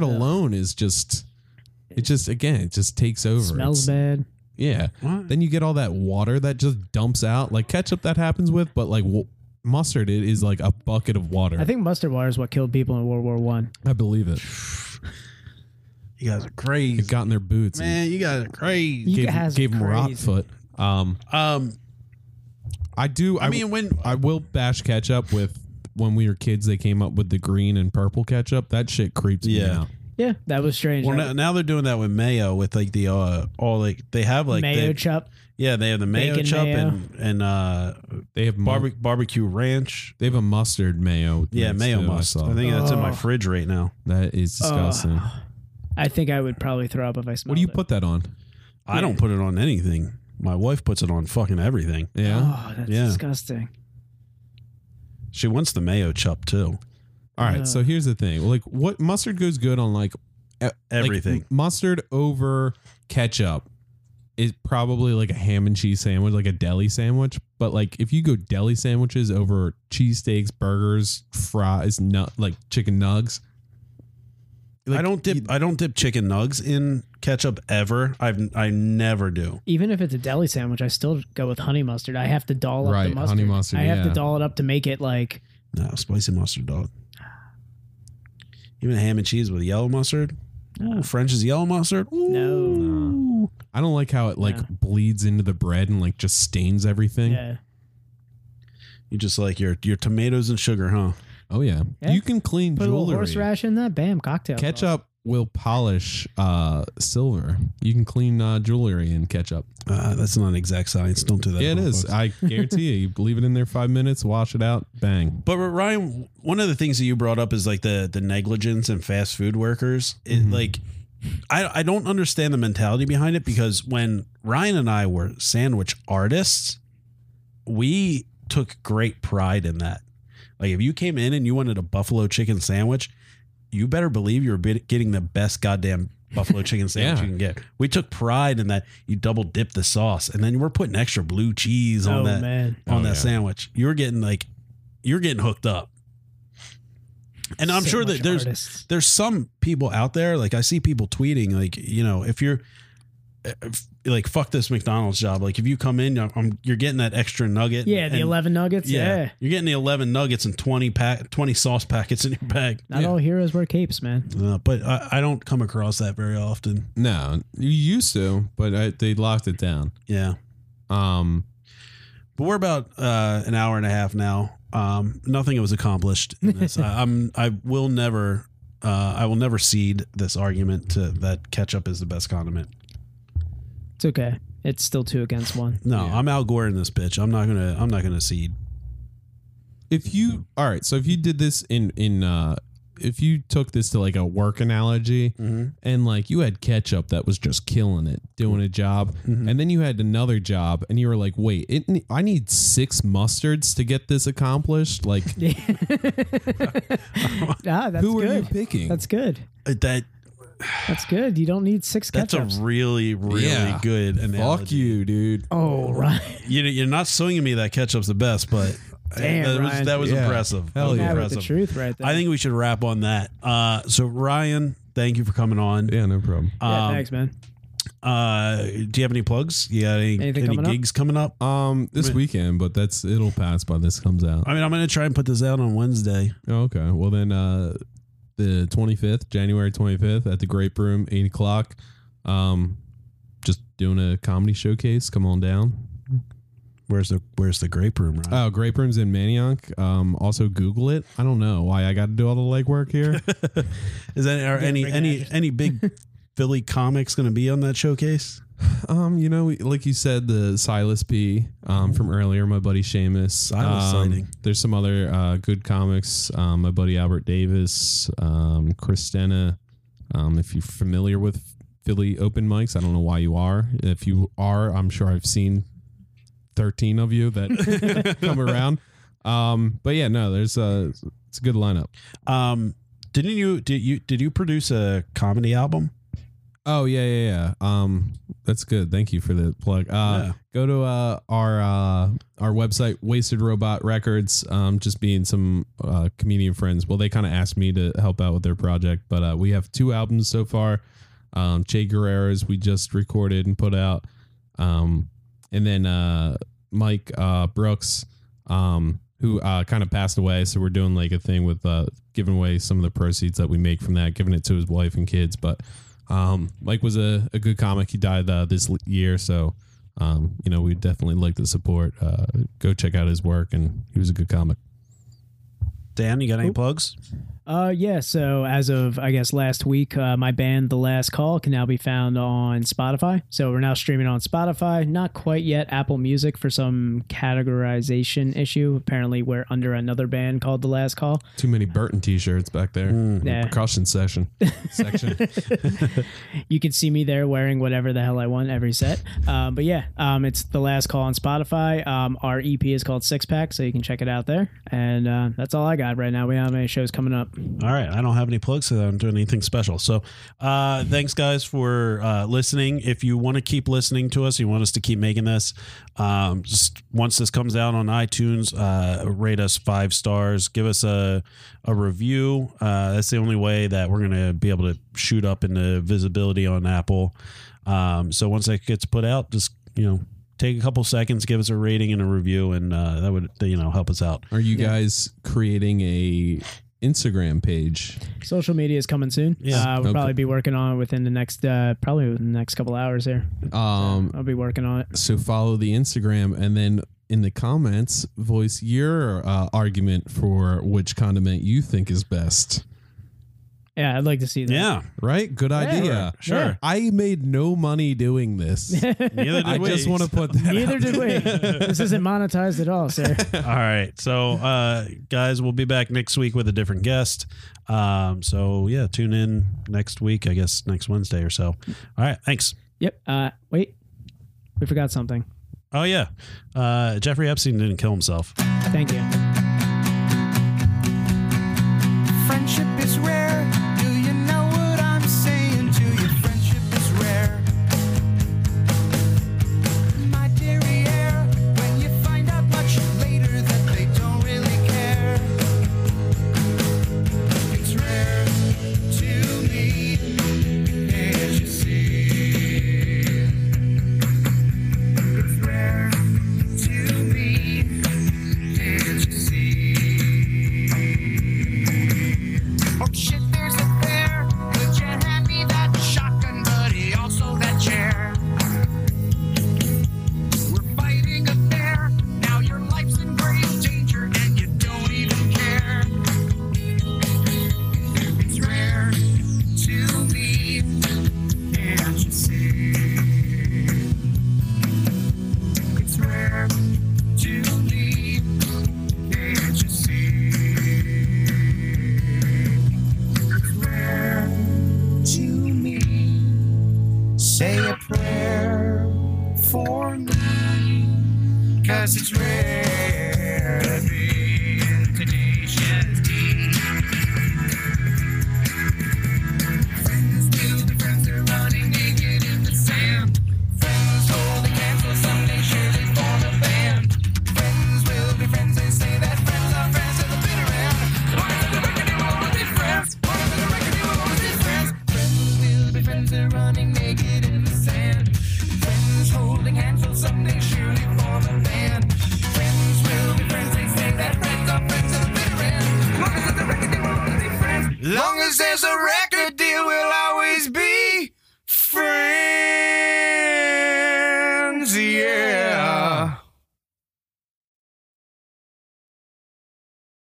mustard alone is just. It just again, it just takes over. smells It's- bad. Yeah. What? Then you get all that water that just dumps out, like ketchup that happens with, but like w- mustard, it is like a bucket of water. I think mustard water is what killed people in World War One. I believe it. You guys are It crazy, got in their boots. and- man. You guys are crazy. You gave, guys are gave him rot crazy. foot. Um, Um, I do. I, I mean, when I will bash ketchup with when we were kids. They came up with the green and purple ketchup. That shit creeps me Yeah. out. Yeah, that was strange. well That- now, now they're doing that with mayo with like the uh all like they have like mayo the, chup. yeah they have the mayo Bacon chop mayo. and and uh They have mu- barbe- barbecue ranch. They have a mustard mayo. Yeah, mix, mayo too, must. saw. I think that's in my Oh. fridge right now. that is disgusting. Ah. I think I would probably throw up if I smelled what do you it. put that on? I don't put it on anything. My wife puts it on fucking everything. Yeah. Oh, that's Yeah. disgusting. She wants the mayo chup too. Oh, All right. So here's the thing. Like, what mustard goes good on like e- Everything. Like, mustard over ketchup is probably like a ham and cheese sandwich, like a deli sandwich. But like if you go deli sandwiches over cheesesteaks, burgers, fries, nut like chicken nugs. I don't dip. I don't dip chicken nugs in ketchup ever. I've I never do. Even if it's a deli sandwich, I still go with honey mustard. I have to doll up Right, the honey mustard. mustard, I have yeah. to doll it up to make it like No spicy mustard dog. Even ham and cheese with yellow mustard. Ooh, French is yellow mustard. Ooh. no. No. I don't like how it like No. bleeds into the bread and like just stains everything. Yeah. You just like your your tomatoes and sugar, huh? Oh yeah. Yeah. You can clean Put a little jewelry. horseradish in that, bam, cocktail. sauce. Ketchup will polish uh silver. You can clean uh, jewelry in ketchup. Uh, that's not an exact science. Don't do that. Yeah, it is. I guarantee you. You leave it in there five minutes, wash it out, bang. But Ryan, one of the things that you brought up is like the the negligence and fast food workers. It, Mhm. Like, I I don't understand the mentality behind it because when Ryan and I were sandwich artists, we took great pride in that. Like, if you came in and you wanted a buffalo chicken sandwich, you better believe you're bit- getting the best goddamn buffalo chicken sandwich Yeah. you can get. We took pride in that. You double dip the sauce, and then we're putting extra blue cheese on Oh that man. on Oh, that yeah. sandwich. You're getting like you're getting hooked up. And I'm sure Sandwich that there's artists. there's some people out there like I see people tweeting like, you know, if you're if, like fuck this McDonald's job. Like if you come in, I'm, I'm- you're getting that extra nugget. Yeah, the and- eleven nuggets. Yeah. You're getting the 11 nuggets and 20 pack 20 sauce packets in your bag. Not Yeah. all heroes wear capes, man. Uh, but I, I don't come across that very often. No, you used to, but I, they locked it down. Yeah. Um, But we're about uh, an hour and a half now. Um, nothing was accomplished in this. I, I'm I will never uh, I will never cede this argument to that ketchup is the best condiment. It's okay. It's still two against one. No, Yeah. I'm Al Gore in this bitch. I'm not gonna I'm not gonna cede. if you all right, so if you did this in in uh, if you took this to like a work analogy and like you had ketchup that was just killing it, doing a job, and then you had another job and you were like, wait, it, ne- I need six mustards to get this accomplished. Like, Ah, that's who are you good. picking? That's good. Uh, That That's good. You don't need six that's ketchups. a really really Yeah. good analogy. Fuck you, dude. oh, right. you. You're not swinging me that ketchup's the best, but uh, Damn, that was Ryan. that was Yeah. impressive. Hell that was yeah. Yeah, with the impressive. truth right there. I think we should wrap on that. Uh, so Ryan, thank you for coming on. Yeah, no problem. Yeah, Um, thanks, man. Uh, do you have any plugs? You got any, Anything any coming up? gigs coming up? Um, this weekend, but that's it'll pass by this comes out. Uh, I mean, I'm going to try and put this out on Wednesday. Oh, okay. Well, then uh, the 25th, January 25th at the Grape Room, 8 o'clock. Um, just doing a comedy showcase. Come on down. Where's the Where's the grape room? Ryan? Uh, Oh, Grape Room's in Manioc. Um, also, Google it. I don't know why I got to do all the legwork here. Is that are any bring any that. any big Philly comics going to be on that showcase? um, you know, we- like you said, the Silas P um, from earlier, my buddy Seamus. Silas um, sighting. There's some other uh, good comics. Um, my buddy Albert Davis, um, Christina. Um, if you're familiar with Philly open mics, I don't know why you are. If you are, I'm sure I've seen 13 of you that come around. Um, but yeah, no, there's a it's a good lineup. Um, didn't you did you did you produce a comedy album? Oh yeah, yeah, yeah. Um, that's good. Thank you for the plug. Uh, Yeah. go to uh, our uh, our website, Wasted Robot Records. Um, just being some uh, comedian friends. Well, they kind of asked me to help out with their project, but uh, we have two albums so far. Um, Che Guerrero's we just recorded and put out. Um, and then uh, Mike uh, Brooks, um, who uh, kind of passed away. So we're doing like a thing with uh, giving away some of the proceeds that we make from that, giving it to his wife and kids. But um, Mike was a, a good comic. He died uh, this l- year. So, um, you know, we'd definitely like to support. Uh, go check out his work. And he was a good comic. Dan, you got any plugs? Uh, yeah. So as of I guess last week, uh, my band, The Last Call, can now be found on Spotify. So we're now streaming on Spotify. Not quite yet Apple Music for some categorization issue. Apparently, we're under another band called The Last Call. Too many Burton t shirts back there. Yeah. Percussion session. Mm. Section. You can see me there wearing whatever the hell I want every set. Um, but yeah, um, it's The Last Call on Spotify. Um, our EP is called Six Pack, so you can check it out there. And uh, that's all I got right now. We don't have any shows coming up. All right, I don't have any plugs, so I don't do anything special. So, uh, Mm-hmm. thanks guys for uh, listening. If you want to keep listening to us, you want us to keep making this. Um, just once this comes out on iTunes, uh, rate us five stars, give us a a review. Uh, that's the only way that we're gonna be able to shoot up into visibility on Apple. Um, so once that gets put out, just you know, take a couple seconds, give us a rating and a review, and uh, that would you know help us out. Are you guys creating a Instagram page? Social media is coming soon. Yeah. Uh, we'll Okay. probably be working on it within the next, uh, probably within the next couple hours here. Um, I'll be working on it. so follow the Instagram and then in the comments, voice your uh, argument for which condiment you think is best. Yeah, I'd like to see that. Yeah, Right? Good idea. sure. I made no money doing this. Neither did I we. just want to put that. Neither did we. this isn't monetized at all, sir. All right. So, uh, guys, we'll be back next week with a different guest. Um, so, yeah, tune in next week, I guess next Wednesday or so. All right. Thanks. Yep. Uh, wait, we forgot something. Oh, yeah. Uh, Jeffrey Epstein didn't kill himself. Thank you. Friendship is rare. Do you know what I'm saying to you? Friendship is rare. My dearie air, when you find out much later that they don't really care. It's rare to me, can't you see? It's rare to me, can't you see? Oh, Cause there's a record deal we'll all